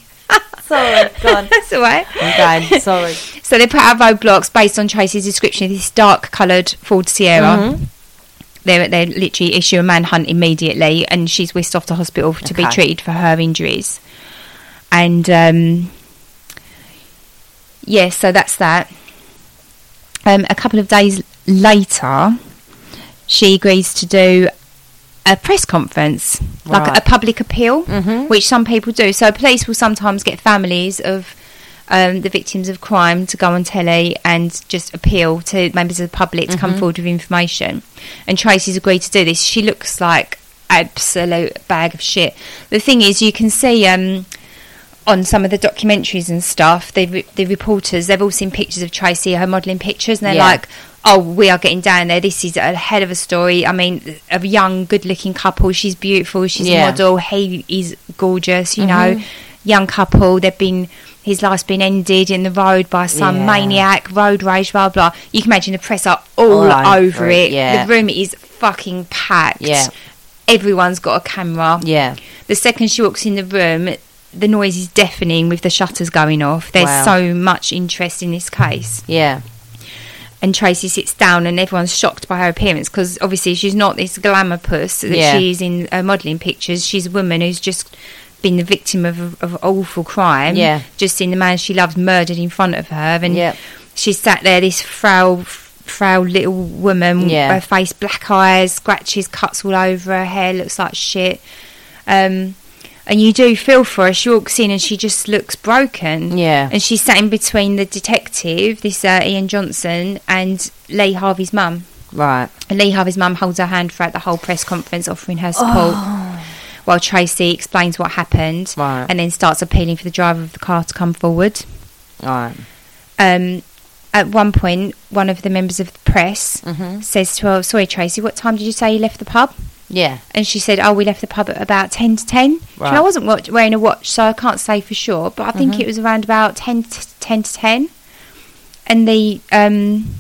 Speaker 2: Sorry, God.
Speaker 1: that's all right.
Speaker 2: I'm going. Sorry.
Speaker 1: So they put out roadblocks based on Tracy's description of this dark coloured Ford Sierra. They they literally issue a manhunt immediately, and she's whisked off to hospital to be
Speaker 2: Okay.
Speaker 1: treated for her injuries. And um, yeah, so that's that. Um, a couple of days later, she agrees to do a press conference, like
Speaker 2: Right. Mm-hmm.
Speaker 1: a public appeal, which some people do. So police will sometimes get families of um, the victims of crime to go on telly and just appeal to members of the public to
Speaker 2: Mm-hmm.
Speaker 1: come forward with information. And Tracy's agreed to do this. She looks like absolute bag of shit. The thing is, you can see. Um, on some of the documentaries and stuff, the re- the reporters they've all seen pictures of Tracy, her modelling pictures, and they're
Speaker 2: Yeah.
Speaker 1: like, "Oh, we are getting down there. This is a head of a story. I mean, a young, good-looking couple. She's beautiful. She's
Speaker 2: Yeah. Mm-hmm.
Speaker 1: a model. He is gorgeous. You know, young couple. They've been." His life's been ended in the road by some
Speaker 2: Yeah.
Speaker 1: maniac, road rage, blah blah. You can imagine the press are all,
Speaker 2: All over
Speaker 1: over
Speaker 2: it,
Speaker 1: it.
Speaker 2: yeah.
Speaker 1: The room is fucking packed.
Speaker 2: Yeah.
Speaker 1: Everyone's got a camera.
Speaker 2: Yeah.
Speaker 1: The second she walks in the room, the noise is deafening with the shutters going off. There's
Speaker 2: Wow.
Speaker 1: so much interest in this case.
Speaker 2: Yeah.
Speaker 1: And Tracy sits down, and everyone's shocked by her appearance because obviously she's not this glamour puss that
Speaker 2: Yeah.
Speaker 1: she is in uh, modelling pictures. She's a woman who's just been the victim of, of awful crime.
Speaker 2: Yeah.
Speaker 1: Just seen the man she loves murdered in front of her. And
Speaker 2: Yep.
Speaker 1: she sat there, this frail, frail little woman
Speaker 2: Yeah.
Speaker 1: with her face, black eyes, scratches, cuts all over her hair, looks like shit. Um, and you do feel for her. She walks in and she just looks broken.
Speaker 2: Yeah.
Speaker 1: And she's sat in between the detective, this uh, Ian Johnson, and Lee Harvey's mum.
Speaker 2: Right.
Speaker 1: And Lee Harvey's mum holds her hand throughout the whole press conference, offering her support. While Tracy explains what happened
Speaker 2: Oh. Right.
Speaker 1: and then starts appealing for the driver of the car to come forward.
Speaker 2: Right.
Speaker 1: Um, at one point, one of the members of the press
Speaker 2: Mm-hmm.
Speaker 1: says to her, Sorry, Tracy, what time did you say you left the pub?
Speaker 2: Yeah.
Speaker 1: And she said, Oh, we left the pub at about 10 to 10. She went,
Speaker 2: Right. Mm-hmm.
Speaker 1: I wasn't watch- wearing a watch, so I can't say for sure, but I think it was around about 10 to 10. To 10. And the, um,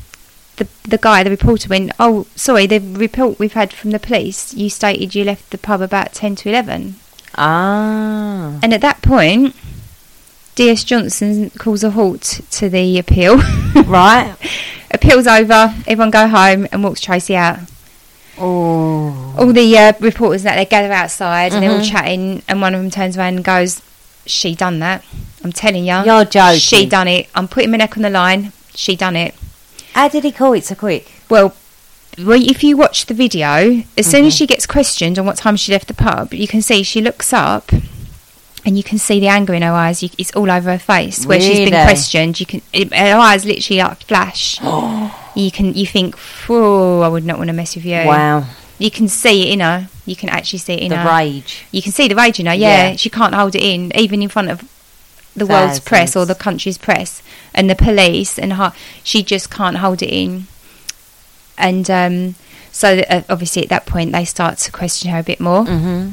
Speaker 1: the, the guy, the reporter, went, Oh, sorry, the report we've had from the police, you stated you left the pub about 10 to 11.
Speaker 2: Ah.
Speaker 1: And at that point, DS Johnson calls a halt to the appeal.
Speaker 2: Right.
Speaker 1: Appeal's over, everyone go home and walks Tracy out.
Speaker 2: Oh. Mm-hmm.
Speaker 1: All the uh, reporters that they gather outside and they're all chatting, and one of them turns around and goes, She done that. I'm telling you.
Speaker 2: You're joking.
Speaker 1: She done it. I'm putting my neck on the line. She done it.
Speaker 2: How did he call it so quick?
Speaker 1: Well, well, if you watch the video, as soon
Speaker 2: Mm-hmm.
Speaker 1: as she gets questioned on what time she left the pub, you can see she looks up, and you can see the anger in her eyes. You, it's all over her face where she's
Speaker 2: Really?
Speaker 1: been questioned. You can it, her eyes literally like flash. you can you think, oh, I would not want to mess with you.
Speaker 2: Wow.
Speaker 1: You can see it in her. You can actually see it in
Speaker 2: The
Speaker 1: her.
Speaker 2: rage.
Speaker 1: You can see the rage in her. Yeah,
Speaker 2: Yeah.
Speaker 1: she can't hold it in, even in front of the world's
Speaker 2: Thousands.
Speaker 1: press or the country's press and the police, and her, she just can't hold it in. And um, so, uh, obviously, at that point, they start to question her a bit more. Mm-hmm.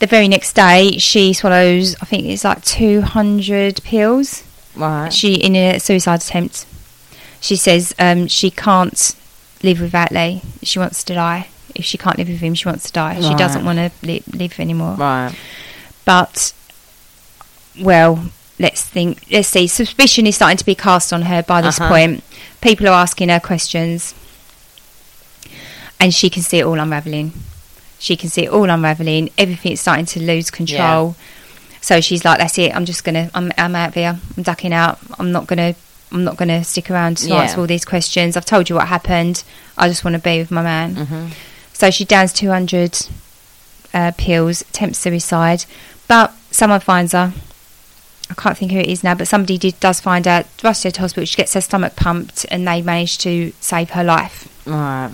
Speaker 1: The very next day, she swallows, I think it's like two hundred pills.
Speaker 2: Right.
Speaker 1: She in a suicide attempt. She says um, she can't live without Lee. She wants to die. If she can't live with him, she wants to die. She
Speaker 2: Right.
Speaker 1: doesn't want to li- live anymore.
Speaker 2: right.
Speaker 1: But well, let's think. Let's see. Suspicion is starting to be cast on her by this
Speaker 2: Uh-huh.
Speaker 1: point. People are asking her questions, and she can see it all unraveling. She can see it all unraveling. Everything's starting to lose control. So she's like, "That's it. I'm just gonna. I'm. I'm out of here. I'm ducking out. I'm not gonna. I'm not gonna stick around to
Speaker 2: Yeah.
Speaker 1: answer all these questions. I've told you what happened. I just want to be with my man."
Speaker 2: Mm-hmm.
Speaker 1: So she downs 200 uh, pills, attempts suicide, but someone finds her. I can't think who it is now, but somebody did, does find her, rushed her to hospital. She gets her stomach pumped, and they manage to save her life.
Speaker 2: Right.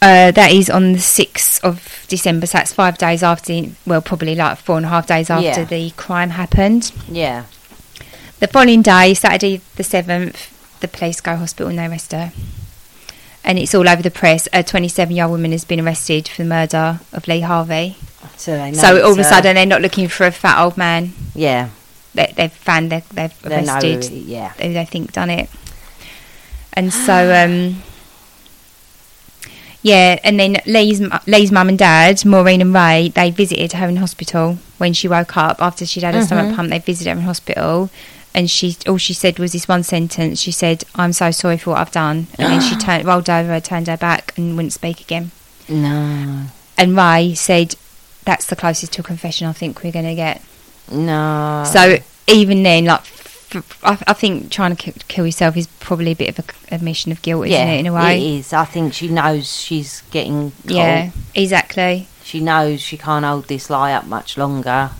Speaker 1: Uh, that is on the 6th of December, so that's five days after, well, probably like four and a half days after
Speaker 2: Yeah.
Speaker 1: the crime happened.
Speaker 2: Yeah.
Speaker 1: The following day, Saturday the 7th, the police go hospital and they arrest her. And it's all over the press. A 27 year old woman has been arrested for the murder of Lee Harvey.
Speaker 2: So they know.
Speaker 1: so all of a
Speaker 2: it's uh,
Speaker 1: sudden, they're not looking for a fat old man.
Speaker 2: Yeah.
Speaker 1: They, they've found they, they've
Speaker 2: They know.
Speaker 1: arrested
Speaker 2: it, Yeah.
Speaker 1: who they think done it. And so, um, yeah, and then Lee's, mu- Lee's mum and dad, Maureen and Ray, they visited her in hospital when she woke up after she'd had her stomach pump. They visited her in hospital, and she all she said was this one sentence. She said, "I'm so sorry for what I've done," and then she turned, rolled over, turned her back, and wouldn't speak again.
Speaker 2: No.
Speaker 1: And Ray said, "That's the closest to a confession I think we're going to get."
Speaker 2: No.
Speaker 1: So even then, like, f- f- I, I think trying to ki- kill yourself is probably a bit of an admission of guilt, isn't
Speaker 2: yeah,
Speaker 1: it? In a way,
Speaker 2: it is. I think she knows she's getting. Caught.
Speaker 1: yeah, exactly,
Speaker 2: She knows she can't hold this lie up much longer,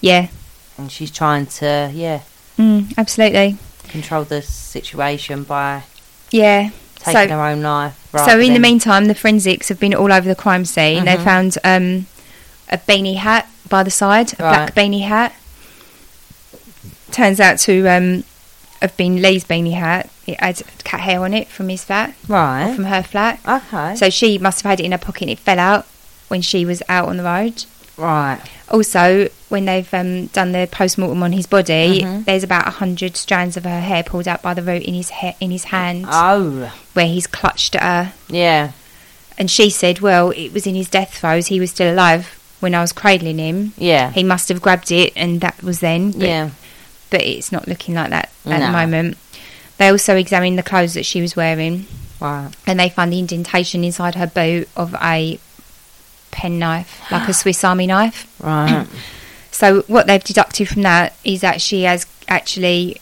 Speaker 1: yeah,
Speaker 2: and she's trying to, yeah,
Speaker 1: mm, absolutely,
Speaker 2: control the situation by
Speaker 1: yeah.
Speaker 2: taking
Speaker 1: so,
Speaker 2: her own life.
Speaker 1: so
Speaker 2: rather
Speaker 1: in the
Speaker 2: than-
Speaker 1: meantime, the forensics have been all over the crime scene.
Speaker 2: Mm-hmm.
Speaker 1: They found um, a beanie hat by the side, a black
Speaker 2: Right.
Speaker 1: beanie hat. Turns out to um, have been Lee's beanie hat. It had cat hair on it from his flat,
Speaker 2: right?
Speaker 1: from her flat.
Speaker 2: Okay.
Speaker 1: So she must have had it in her pocket and it fell out when she was out on the road.
Speaker 2: right.
Speaker 1: Also, when they've um, done the post mortem on his body,
Speaker 2: Mm-hmm.
Speaker 1: there's about hundred strands of her hair pulled out by the root in his ha- in his hand,
Speaker 2: Oh,
Speaker 1: where he's clutched at her.
Speaker 2: yeah.
Speaker 1: And she said, "Well, it was in his death throes. He was still alive when I was cradling him.
Speaker 2: Yeah.
Speaker 1: He must have grabbed it, and that was then. But,
Speaker 2: yeah.
Speaker 1: but it's not looking like that at the
Speaker 2: No.
Speaker 1: moment." They also examined the clothes that she was wearing,
Speaker 2: Right.
Speaker 1: and they found the indentation inside her boot of a penknife, like a Swiss Army knife.
Speaker 2: Right.
Speaker 1: So what they've deducted from that is that she has actually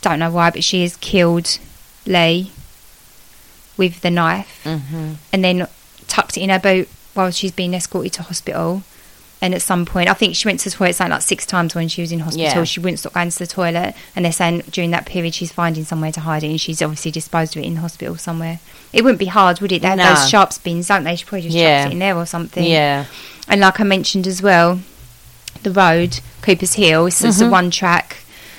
Speaker 1: don't know why, but she has killed Lee with the knife
Speaker 2: Mm-hmm.
Speaker 1: and then tucked it in her boot while she's being escorted to hospital. And at some point, I think she went to the toilet something like six times when she was in hospital.
Speaker 2: Yeah.
Speaker 1: She wouldn't stop going to the toilet. And they're saying during that period she's finding somewhere to hide it, and she's obviously disposed of it in the hospital somewhere. It wouldn't be hard, would it? They have
Speaker 2: No.
Speaker 1: those sharps bins, don't they? She probably just
Speaker 2: Yeah.
Speaker 1: chucks it in there or something.
Speaker 2: Yeah.
Speaker 1: And like I mentioned as well, the road, Cooper's Hill, it's, it's a one track,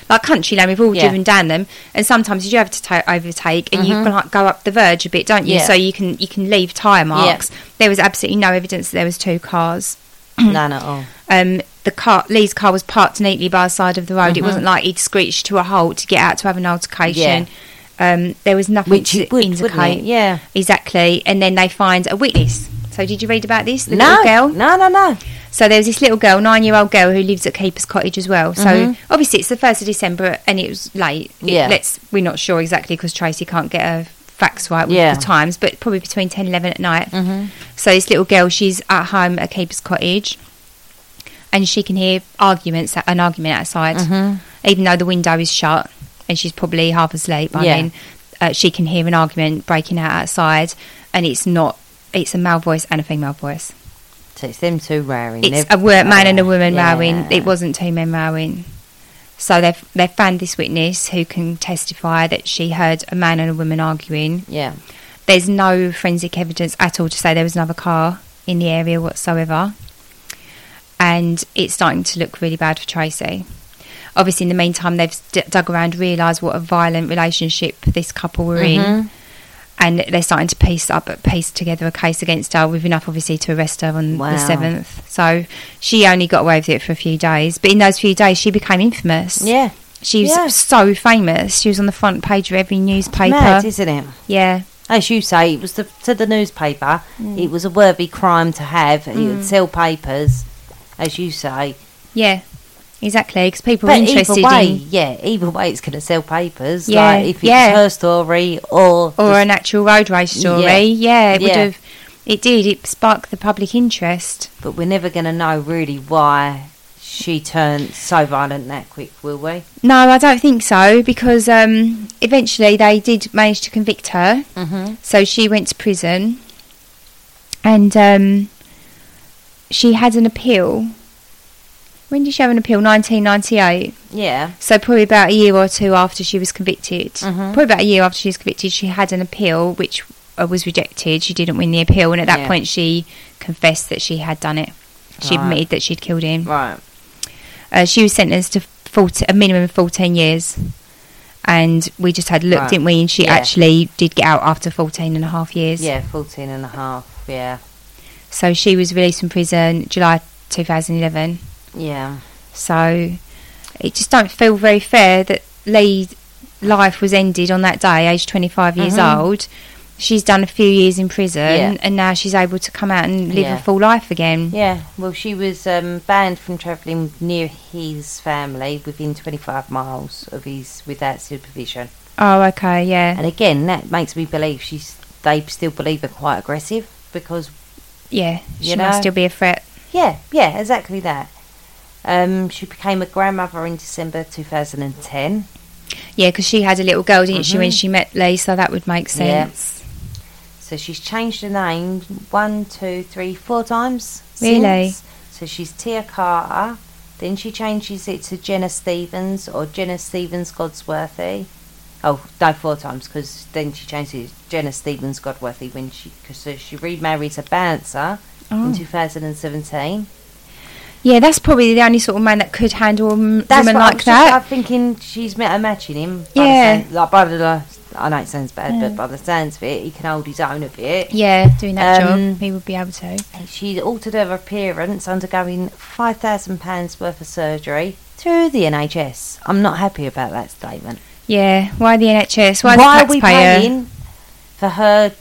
Speaker 1: like country lane. We've all
Speaker 2: Mm-hmm. Yeah.
Speaker 1: driven down them, and sometimes you do have to ta overtake, and you can like go up the verge a bit, don't you?
Speaker 2: Mm-hmm. Yeah.
Speaker 1: So you can you can leave tyre marks. There was absolutely no evidence that there was two cars.
Speaker 2: None at all.
Speaker 1: Um, the car, Lee's car, was parked neatly by the side of the road. It
Speaker 2: Mm-hmm.
Speaker 1: wasn't like he'd screeched to a halt to get out to have an altercation. Um, there was nothing
Speaker 2: Which
Speaker 1: to
Speaker 2: it would, wouldn't
Speaker 1: indicate.
Speaker 2: it? Yeah.
Speaker 1: exactly. And then they find a witness. So did you read about this? The
Speaker 2: no.
Speaker 1: little girl.
Speaker 2: No, no, no.
Speaker 1: So there was this little girl, nine year old girl, who lives at Keeper's Cottage as well. So obviously it's the first of December and it was late. It-
Speaker 2: Mm-hmm. Yeah.
Speaker 1: Let's we're not sure exactly because Tracy can't get her facts right with
Speaker 2: Yeah.
Speaker 1: the times, but probably between 10 11 at night. Mm-hmm. So this little girl, she's at home at Keeper's Cottage, and she can hear arguments, an argument outside,
Speaker 2: Mm-hmm.
Speaker 1: even though the window is shut, and she's probably half asleep. I
Speaker 2: Yeah.
Speaker 1: mean, uh, she can hear an argument breaking out outside, and it's not. It's a male voice and a female voice.
Speaker 2: So it's them two rowing.
Speaker 1: It's a
Speaker 2: They've-
Speaker 1: wo- man and a woman
Speaker 2: Yeah.
Speaker 1: rowing. It wasn't two men rowing. So they've they found this witness who can testify that she heard a man and a woman arguing.
Speaker 2: Yeah.
Speaker 1: There's no forensic evidence at all to say there was another car in the area whatsoever. And it's starting to look really bad for Tracy. Obviously, in the meantime, they've d- dug around, realised what a violent relationship this couple were
Speaker 2: Mm-hmm.
Speaker 1: in, and they're starting to piece up, piece together a case against her with enough, obviously, to arrest her on
Speaker 2: Wow.
Speaker 1: the seventh. So she only got away with it for a few days, but in those few days, she became infamous.
Speaker 2: Yeah.
Speaker 1: she was
Speaker 2: Yeah.
Speaker 1: so famous. She was on the front page of every newspaper.
Speaker 2: Mad, isn't it?
Speaker 1: yeah,
Speaker 2: As you say, it was the, to the newspaper.
Speaker 1: Mm.
Speaker 2: It was a worthy crime to have. It would sell papers, as you say.
Speaker 1: yeah, exactly. Because people
Speaker 2: But
Speaker 1: were interested
Speaker 2: either way,
Speaker 1: in
Speaker 2: yeah, either way, it's going to sell papers.
Speaker 1: Yeah,
Speaker 2: like if it's
Speaker 1: yeah.
Speaker 2: her story or
Speaker 1: or
Speaker 2: the-
Speaker 1: an actual road race story.
Speaker 2: Yeah.
Speaker 1: Yeah, it would
Speaker 2: Yeah.
Speaker 1: have. It did. It sparked the public interest.
Speaker 2: but we're never going to know really why she turned so violent that quick, will we?
Speaker 1: No, I don't think so because um, eventually they did manage to convict her.
Speaker 2: Mm-hmm.
Speaker 1: So she went to prison, and um, she had an appeal. When did she have an appeal? 1998.
Speaker 2: Yeah.
Speaker 1: So probably about a year or two after she was convicted,
Speaker 2: Mm-hmm.
Speaker 1: probably about a year after she was convicted, she had an appeal which uh, was rejected. She didn't win the appeal, and at that
Speaker 2: Yeah.
Speaker 1: point, she confessed that she had done it. She
Speaker 2: Right.
Speaker 1: admitted that she'd killed him.
Speaker 2: Right.
Speaker 1: Uh, she was sentenced to 40, a minimum of 14 years. And we just had looked,
Speaker 2: Right.
Speaker 1: didn't we? And she
Speaker 2: Yeah.
Speaker 1: actually did get out after 14 and a half years.
Speaker 2: Yeah, 14 and a half. Yeah.
Speaker 1: So she was released from prison July 2011.
Speaker 2: Yeah.
Speaker 1: So it just don't feel very fair that Lee's life was ended on that day, aged 25 years old. She's done a few years in prison
Speaker 2: Mm-hmm. Yeah.
Speaker 1: and now she's able to come out and live
Speaker 2: Yeah.
Speaker 1: a full life again.
Speaker 2: Yeah. Well, she was um, banned from travelling near his family within 25 miles of his without supervision.
Speaker 1: Oh, okay, yeah.
Speaker 2: And again, that makes me believe she's. They still believe her quite aggressive because
Speaker 1: Yeah,
Speaker 2: You
Speaker 1: she must
Speaker 2: know.
Speaker 1: still be a threat.
Speaker 2: Yeah, yeah, exactly that. Um, she became a grandmother in December 2010.
Speaker 1: Yeah, because she had a little girl, didn't she, when
Speaker 2: Mm-hmm.
Speaker 1: she met Lee? So that would make sense.
Speaker 2: So she's changed her name one, two, three, four times.
Speaker 1: Really?
Speaker 2: Since. So she's Tia Carter. Then she changes it to Jenna Stevens or Jenna Stevens Godsworthy. Oh, no, four times because then she changed it to Jenna Stevens Godworthy when she cause so she remarries a bouncer in 2017.
Speaker 1: Oh. Yeah, that's probably the only sort of man that could handle a m-
Speaker 2: That's
Speaker 1: woman
Speaker 2: what I
Speaker 1: like
Speaker 2: was just-
Speaker 1: that.
Speaker 2: I'm thinking she's met a match in him.
Speaker 1: Yeah.
Speaker 2: By the sound, like by the, I know it sounds bad, but by the sounds of it, he can hold his own a bit.
Speaker 1: Yeah, doing that
Speaker 2: Um,
Speaker 1: job, he would be able to.
Speaker 2: She altered her appearance, undergoing five thousand pounds worth of surgery through the NHS. I'm not happy about that statement.
Speaker 1: Yeah, why the NHS? Why, the
Speaker 2: are we
Speaker 1: taxpayer?
Speaker 2: paying for her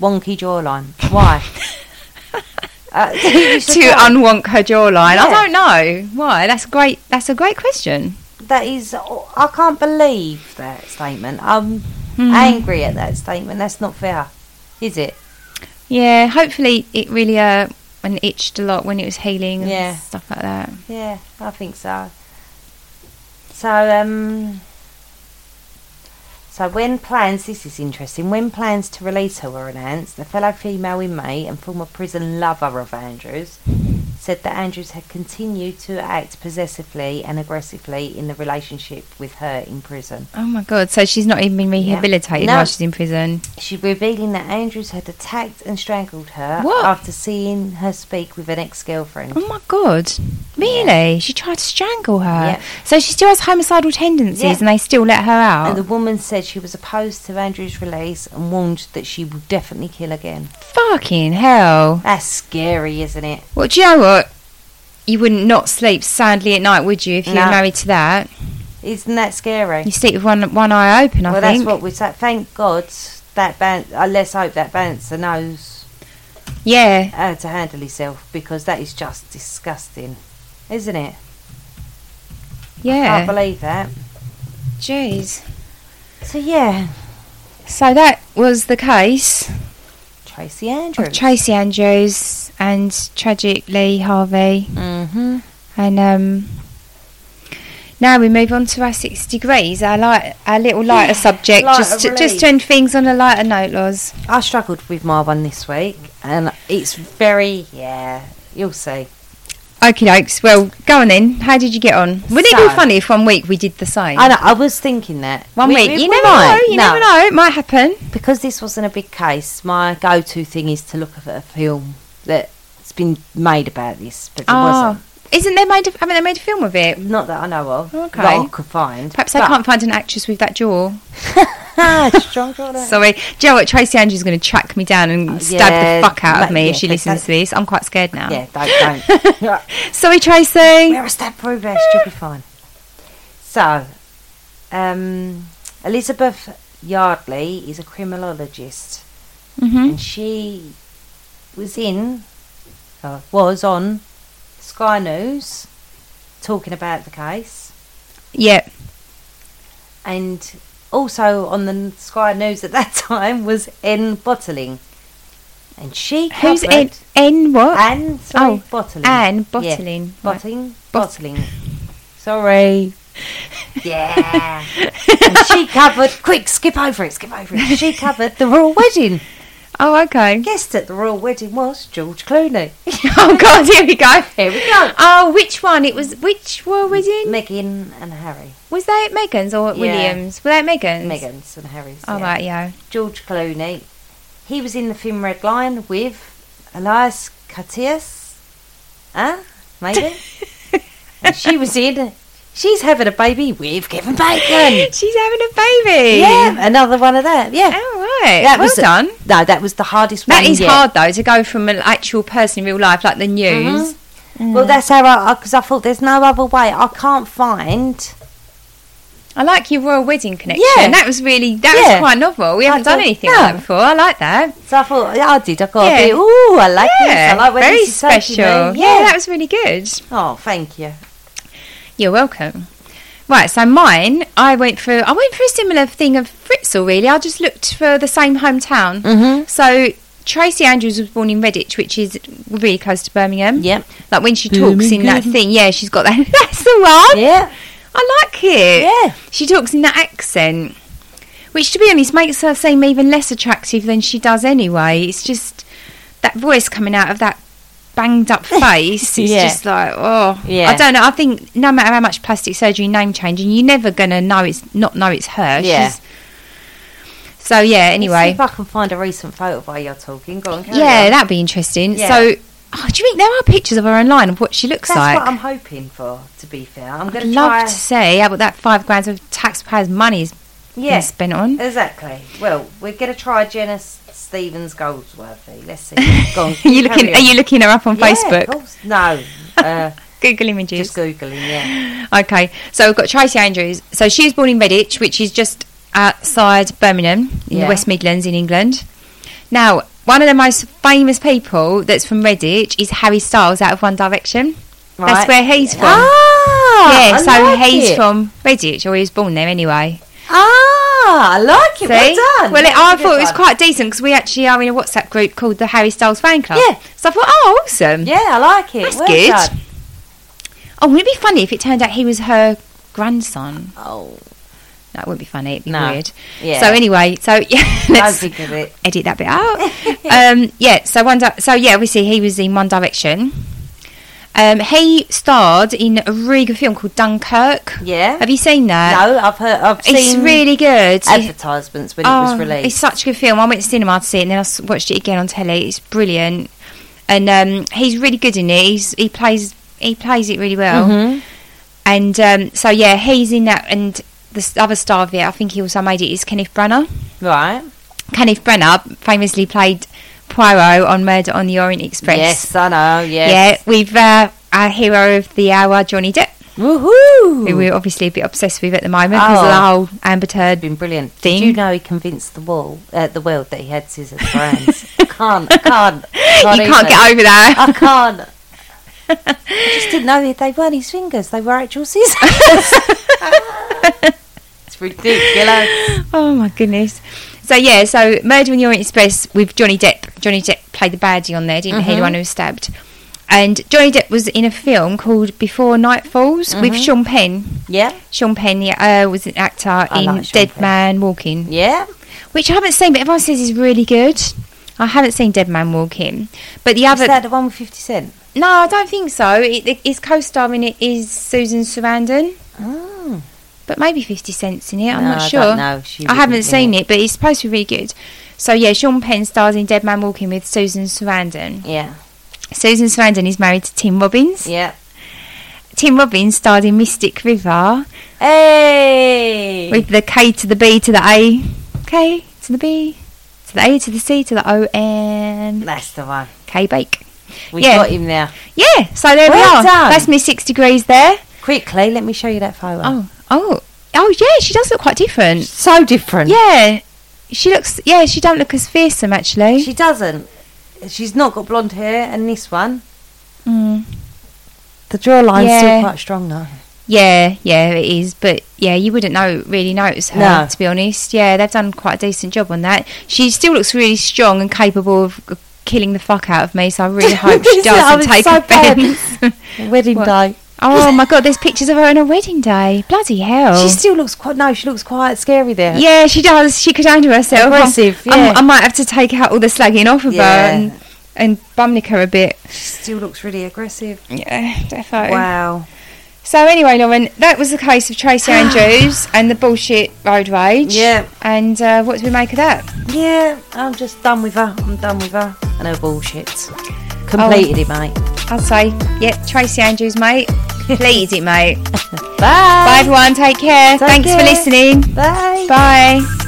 Speaker 2: wonky jawline? Why? uh,
Speaker 1: to unwonk her jawline.
Speaker 2: Yeah.
Speaker 1: I don't know why. That's great. That's a great question.
Speaker 2: that is I can't believe that statement. I'm
Speaker 1: Hmm.
Speaker 2: angry at that statement. That's not fair, is it?
Speaker 1: Yeah, hopefully it really uh and itched a lot when it was healing and
Speaker 2: Yeah.
Speaker 1: stuff like that.
Speaker 2: Yeah, I think so. So, um, So when plans, this is interesting, when plans to release her were announced, the fellow female inmate and former prison lover of Andrews said that Andrews had continued to act possessively and aggressively in the relationship with her in prison.
Speaker 1: Oh my god! So she's not even been rehabilitated
Speaker 2: No.
Speaker 1: while she's in prison.
Speaker 2: She revealing that Andrews had attacked and strangled her
Speaker 1: What?
Speaker 2: after seeing her speak with an ex-girlfriend.
Speaker 1: Oh my god! Really? She tried to strangle her.
Speaker 2: Yeah.
Speaker 1: So she still has homicidal tendencies,
Speaker 2: Yeah.
Speaker 1: and they still let her out.
Speaker 2: And the woman said she was opposed to Andrew's release and warned that she would definitely kill again.
Speaker 1: Fucking hell!
Speaker 2: That's scary, isn't it?
Speaker 1: Well, do you know what? You wouldn't not sleep soundly at night, would you, if you
Speaker 2: No.
Speaker 1: were married to that?
Speaker 2: Isn't that scary?
Speaker 1: You sleep with one one eye open. I
Speaker 2: well,
Speaker 1: think.
Speaker 2: that's what we said. Thank God that ban- uh, let's hope that bouncer knows
Speaker 1: yeah.
Speaker 2: how to handle himself because that is just disgusting, isn't it? Can't
Speaker 1: Yeah.
Speaker 2: believe that.
Speaker 1: Jeez.
Speaker 2: So yeah,
Speaker 1: So that was the case.
Speaker 2: Tracy
Speaker 1: of
Speaker 2: Andrews.
Speaker 1: Tracy Andrews and tragically Harvey.
Speaker 2: mm-hmm.
Speaker 1: And um, now we move on to our six degrees, our light, our little lighter subject,
Speaker 2: lighter
Speaker 1: just to, just
Speaker 2: relief.
Speaker 1: to end things on a lighter note, Loz.
Speaker 2: I struggled with my one this week, and it's very yeah. You'll see.
Speaker 1: Okie dokes. Well, go on then. How did you get on? Wouldn't it be
Speaker 2: So-
Speaker 1: funny if one week we did the same?
Speaker 2: I know. I was thinking that
Speaker 1: One
Speaker 2: We-
Speaker 1: week.
Speaker 2: we-
Speaker 1: you
Speaker 2: we
Speaker 1: never
Speaker 2: might.
Speaker 1: know. You
Speaker 2: No.
Speaker 1: never know. It might happen.
Speaker 2: because this wasn't a big case, my go-to thing is to look at a film that's been made about this, but there
Speaker 1: Ah.
Speaker 2: wasn't.
Speaker 1: Isn't there made? A, haven't they made a film of it?
Speaker 2: Not that I know of.
Speaker 1: Okay.
Speaker 2: That I could find.
Speaker 1: Perhaps I can't find an actress with that jaw.
Speaker 2: find. Strong draw there.
Speaker 1: Sorry. Do you know what? Tracy Andrews is going to track me down and stab
Speaker 2: Uh, yeah,
Speaker 1: the fuck out of
Speaker 2: ma-
Speaker 1: me
Speaker 2: yeah,
Speaker 1: if she
Speaker 2: that-
Speaker 1: listens
Speaker 2: that-
Speaker 1: to this. I'm quite scared now.
Speaker 2: Yeah, don't, don't.
Speaker 1: Sorry, Tracy.
Speaker 2: Where is that progress? You'll be fine. So, um, Elizabeth Yardley is a criminologist,
Speaker 1: hmm
Speaker 2: and she was in, uh, was on Sky News, talking about the case.
Speaker 1: Yeah.
Speaker 2: and also on the Sky News at that time was N Bottling, and she
Speaker 1: Who's
Speaker 2: covered
Speaker 1: N? N what?
Speaker 2: Anne sorry,
Speaker 1: Oh,
Speaker 2: Bottling.
Speaker 1: Anne
Speaker 2: Yeah,
Speaker 1: Bottling. Right.
Speaker 2: Bottling.
Speaker 1: Bot-
Speaker 2: Bottling. Sorry. Yeah. And she covered. Quick, skip over it. Skip over it. She covered the royal wedding.
Speaker 1: Oh, okay.
Speaker 2: Guessed that the royal wedding was George Clooney.
Speaker 1: oh God, here we go.
Speaker 2: Here we go.
Speaker 1: Oh, which one? It was which were we in?
Speaker 2: Meghan and Harry.
Speaker 1: Was they at Megan's or at
Speaker 2: Yeah.
Speaker 1: Williams? Were they at Megan's?
Speaker 2: Meghan's and Harry's.
Speaker 1: Oh
Speaker 2: yeah.
Speaker 1: right, yeah.
Speaker 2: George Clooney. He was in the film Red Line with Elias Katias. Huh? Maybe. and she was in. She's having a baby with Kevin Bacon.
Speaker 1: She's having a baby.
Speaker 2: yeah, another one of that. Yeah.
Speaker 1: All right.
Speaker 2: That
Speaker 1: well
Speaker 2: was the-
Speaker 1: done.
Speaker 2: No, that was the hardest
Speaker 1: that
Speaker 2: one.
Speaker 1: is
Speaker 2: yet.
Speaker 1: hard though to go from an actual person in real life, like the
Speaker 2: Mm-hmm.
Speaker 1: news.
Speaker 2: Well, that's how I. Because I, thought there's no other way. I can't find.
Speaker 1: I like your royal wedding connection.
Speaker 2: Yeah.
Speaker 1: That was really that
Speaker 2: Yeah.
Speaker 1: was quite novel. We haven't
Speaker 2: I
Speaker 1: done
Speaker 2: don't-
Speaker 1: anything like that
Speaker 2: no.
Speaker 1: before. I like that.
Speaker 2: So I thought, yeah, I did. I got
Speaker 1: Yeah.
Speaker 2: a bit. Ooh, I like this. I like where
Speaker 1: very
Speaker 2: this is taking
Speaker 1: special.
Speaker 2: me.
Speaker 1: yeah,
Speaker 2: Yeah.
Speaker 1: that was really good.
Speaker 2: Oh, thank you.
Speaker 1: You're welcome. Right, so mine, I went for I went for a similar thing of Fritzl. Really, I just looked for the same hometown. Mm-hmm. So Tracy Andrews was born in Redditch, which is really close to Birmingham.
Speaker 2: Yep.
Speaker 1: Like when she talks in that thing, yeah, she's got that. That's the one.
Speaker 2: Yeah.
Speaker 1: I like it.
Speaker 2: Yeah.
Speaker 1: She talks in that accent, which, to be honest, makes her seem even less attractive than she does anyway. It's just that voice coming out of that banged up face. It's
Speaker 2: Yeah.
Speaker 1: just like, oh,
Speaker 2: Yeah.
Speaker 1: I don't know. I think no matter how much plastic surgery name changing, you're never gonna know it's not know it's her.
Speaker 2: Yeah.
Speaker 1: She's- so yeah.
Speaker 2: See
Speaker 1: Anyway.
Speaker 2: if I can find a recent photo while you're talking. Go on. carry
Speaker 1: Yeah,
Speaker 2: on.
Speaker 1: that'd be interesting.
Speaker 2: Yeah.
Speaker 1: So. Oh, do you think there are pictures of her online of what she looks
Speaker 2: That's
Speaker 1: like?
Speaker 2: what I'm hoping for. To be fair, I'm
Speaker 1: I'd
Speaker 2: going to
Speaker 1: love
Speaker 2: try.
Speaker 1: to say how about that five grand of taxpayers' money is
Speaker 2: yeah,
Speaker 1: been spent on.
Speaker 2: exactly. Well, we're going to try Janice Stevens Goldsworthy. Let's see. Go on,
Speaker 1: Are you looking?
Speaker 2: carry
Speaker 1: Are
Speaker 2: on.
Speaker 1: you looking her up on
Speaker 2: Yeah, oh,
Speaker 1: Facebook?
Speaker 2: of course. No, uh,
Speaker 1: Google images.
Speaker 2: just googling. Yeah,
Speaker 1: Okay, so we've got Tracy Andrews. So she was born in Redditch, which is just outside Birmingham in the
Speaker 2: Yeah.
Speaker 1: West Midlands in England. Now, one of the most famous people that's from Redditch is Harry Styles out of One Direction. That's
Speaker 2: Right.
Speaker 1: where he's from.
Speaker 2: Ah,
Speaker 1: yeah,
Speaker 2: I
Speaker 1: so
Speaker 2: like
Speaker 1: he's
Speaker 2: it.
Speaker 1: from Redditch, or he was born there anyway.
Speaker 2: Ah, I like it.
Speaker 1: See?
Speaker 2: Well done.
Speaker 1: Well, it,
Speaker 2: That's
Speaker 1: I
Speaker 2: a good
Speaker 1: thought it was
Speaker 2: one.
Speaker 1: quite decent because we actually are in a WhatsApp group called the Harry Styles Fan Club.
Speaker 2: Yeah.
Speaker 1: So I thought, oh, awesome.
Speaker 2: Yeah, I like it.
Speaker 1: That's
Speaker 2: well
Speaker 1: good.
Speaker 2: Done.
Speaker 1: Oh, wouldn't it be funny if it turned out he was her grandson?
Speaker 2: Oh,
Speaker 1: That wouldn't be funny. It'd be
Speaker 2: No.
Speaker 1: weird.
Speaker 2: Yeah.
Speaker 1: So anyway, so yeah,
Speaker 2: Don't
Speaker 1: let's
Speaker 2: think of it.
Speaker 1: edit that bit out. um, yeah. So one. Di- so yeah, obviously he was in One Direction. Um, he starred in a really good film called Dunkirk.
Speaker 2: Yeah.
Speaker 1: Have you seen that?
Speaker 2: no, I've heard. I've
Speaker 1: Uh, It's
Speaker 2: seen
Speaker 1: really good.
Speaker 2: advertisements when it was
Speaker 1: Oh, It's
Speaker 2: released.
Speaker 1: such a good film. I went to cinema to see it, and then I s- watched it again on telly. It's brilliant, and um, he's really good in it. He's, he plays he plays it really well.
Speaker 2: Mm-hmm.
Speaker 1: And um, so yeah, he's in that. And the s- other star of it, I think he also made it, is Kenneth Branagh.
Speaker 2: Right?
Speaker 1: Kenneth Branagh famously played Poirot on Murder on the Orient Express.
Speaker 2: Yes, I know.
Speaker 1: Yeah,
Speaker 2: Yes.
Speaker 1: we've uh, our hero of the hour, Johnny Depp,
Speaker 2: Woohoo!
Speaker 1: who we're obviously a bit obsessed with at the moment because of
Speaker 2: Hmm. Oh.
Speaker 1: the whole Amber Heard
Speaker 2: been brilliant.
Speaker 1: Thing.
Speaker 2: Did you know he convinced the wall, uh, the world that he had scissors for hands? can't, can't, can't.
Speaker 1: you can't
Speaker 2: even.
Speaker 1: get over that.
Speaker 2: I can't. I just didn't know that they weren't his fingers; they were actual scissors. it's ridiculous.
Speaker 1: Oh my goodness. So yeah, so Murder in the Orient Express with Johnny Depp. Johnny Depp played the baddie on there, didn't he?
Speaker 2: Mm-hmm.
Speaker 1: The one who was stabbed. And Johnny Depp was in a film called Before Night Falls with
Speaker 2: Mm-hmm.
Speaker 1: Sean Penn.
Speaker 2: Yeah,
Speaker 1: Sean Penn yeah, uh, was an actor in
Speaker 2: like Sean
Speaker 1: Dead
Speaker 2: Penn.
Speaker 1: Man Walking,
Speaker 2: yeah.
Speaker 1: which I haven't seen, but everyone says is really good. I haven't seen Dead Man Walking, but the
Speaker 2: Is
Speaker 1: other
Speaker 2: that the one with Fifty Cent?
Speaker 1: no, I don't think so. It, it, its co-star in it is Susan Sarandon, Mm.
Speaker 2: Oh,
Speaker 1: but maybe Fifty Cents in it. I'm
Speaker 2: No,
Speaker 1: not
Speaker 2: I
Speaker 1: sure.
Speaker 2: don't know. She
Speaker 1: I haven't
Speaker 2: wouldn't be
Speaker 1: seen
Speaker 2: in
Speaker 1: it, but it's supposed to be really good. So yeah, Sean Penn stars in Dead Man Walking with Susan Sarandon.
Speaker 2: yeah,
Speaker 1: Susan Sarandon is married to Tim Robbins.
Speaker 2: yeah.
Speaker 1: Tim Robbins starred in Mystic River
Speaker 2: Hey,
Speaker 1: with the K to the B to the A, K to the B to the A to the C to the O and
Speaker 2: that's the one.
Speaker 1: K Bake.
Speaker 2: We
Speaker 1: Yeah.
Speaker 2: got him there.
Speaker 1: Yeah, so there we
Speaker 2: Well
Speaker 1: are.
Speaker 2: done.
Speaker 1: That's me six degrees there.
Speaker 2: Quickly, let me show you that photo.
Speaker 1: Oh, oh, oh yeah, she does look quite Oh, different.
Speaker 2: so different.
Speaker 1: Yeah, she looks. Yeah, she don't look as fearsome actually.
Speaker 2: She doesn't. She's not got blonde hair, and this one.
Speaker 1: Mm.
Speaker 2: The jawline's
Speaker 1: Yeah.
Speaker 2: still quite strong, though.
Speaker 1: Yeah, yeah, it is. But yeah, you wouldn't know really notice her
Speaker 2: No.
Speaker 1: to be honest. Yeah, they've done quite a decent job on that. She still looks really strong and capable of g- killing the fuck out of me. So I really hope she
Speaker 2: This is- I
Speaker 1: does
Speaker 2: was
Speaker 1: and take
Speaker 2: so bad.
Speaker 1: offense.
Speaker 2: Wedding
Speaker 1: What?
Speaker 2: day.
Speaker 1: oh my god, there's pictures of her on her wedding day. Bloody hell.
Speaker 2: She still looks quite. No, she looks quite scary there.
Speaker 1: oh. yeah, she does. She could handle herself. I'm-
Speaker 2: Aggressive,
Speaker 1: I'm-
Speaker 2: yeah.
Speaker 1: I might have to take out all the slagging off of
Speaker 2: Yeah.
Speaker 1: her and, and bumnick her a bit.
Speaker 2: She still looks really aggressive.
Speaker 1: Yeah, defo.
Speaker 2: Wow.
Speaker 1: So anyway, Lauren, that was the case of Tracy Andrews and the bullshit road rage.
Speaker 2: Yeah.
Speaker 1: And uh, what do we make of that?
Speaker 2: Yeah, I'm just done with her. I'm done with her. And her bullshit. Completed
Speaker 1: Oh.
Speaker 2: it, mate.
Speaker 1: I'd say, yeah, Tracy Andrews, mate. Please it, mate.
Speaker 2: Bye.
Speaker 1: Bye, everyone. Take care.
Speaker 2: Take
Speaker 1: Thanks
Speaker 2: care.
Speaker 1: for listening.
Speaker 2: Bye.
Speaker 1: Bye.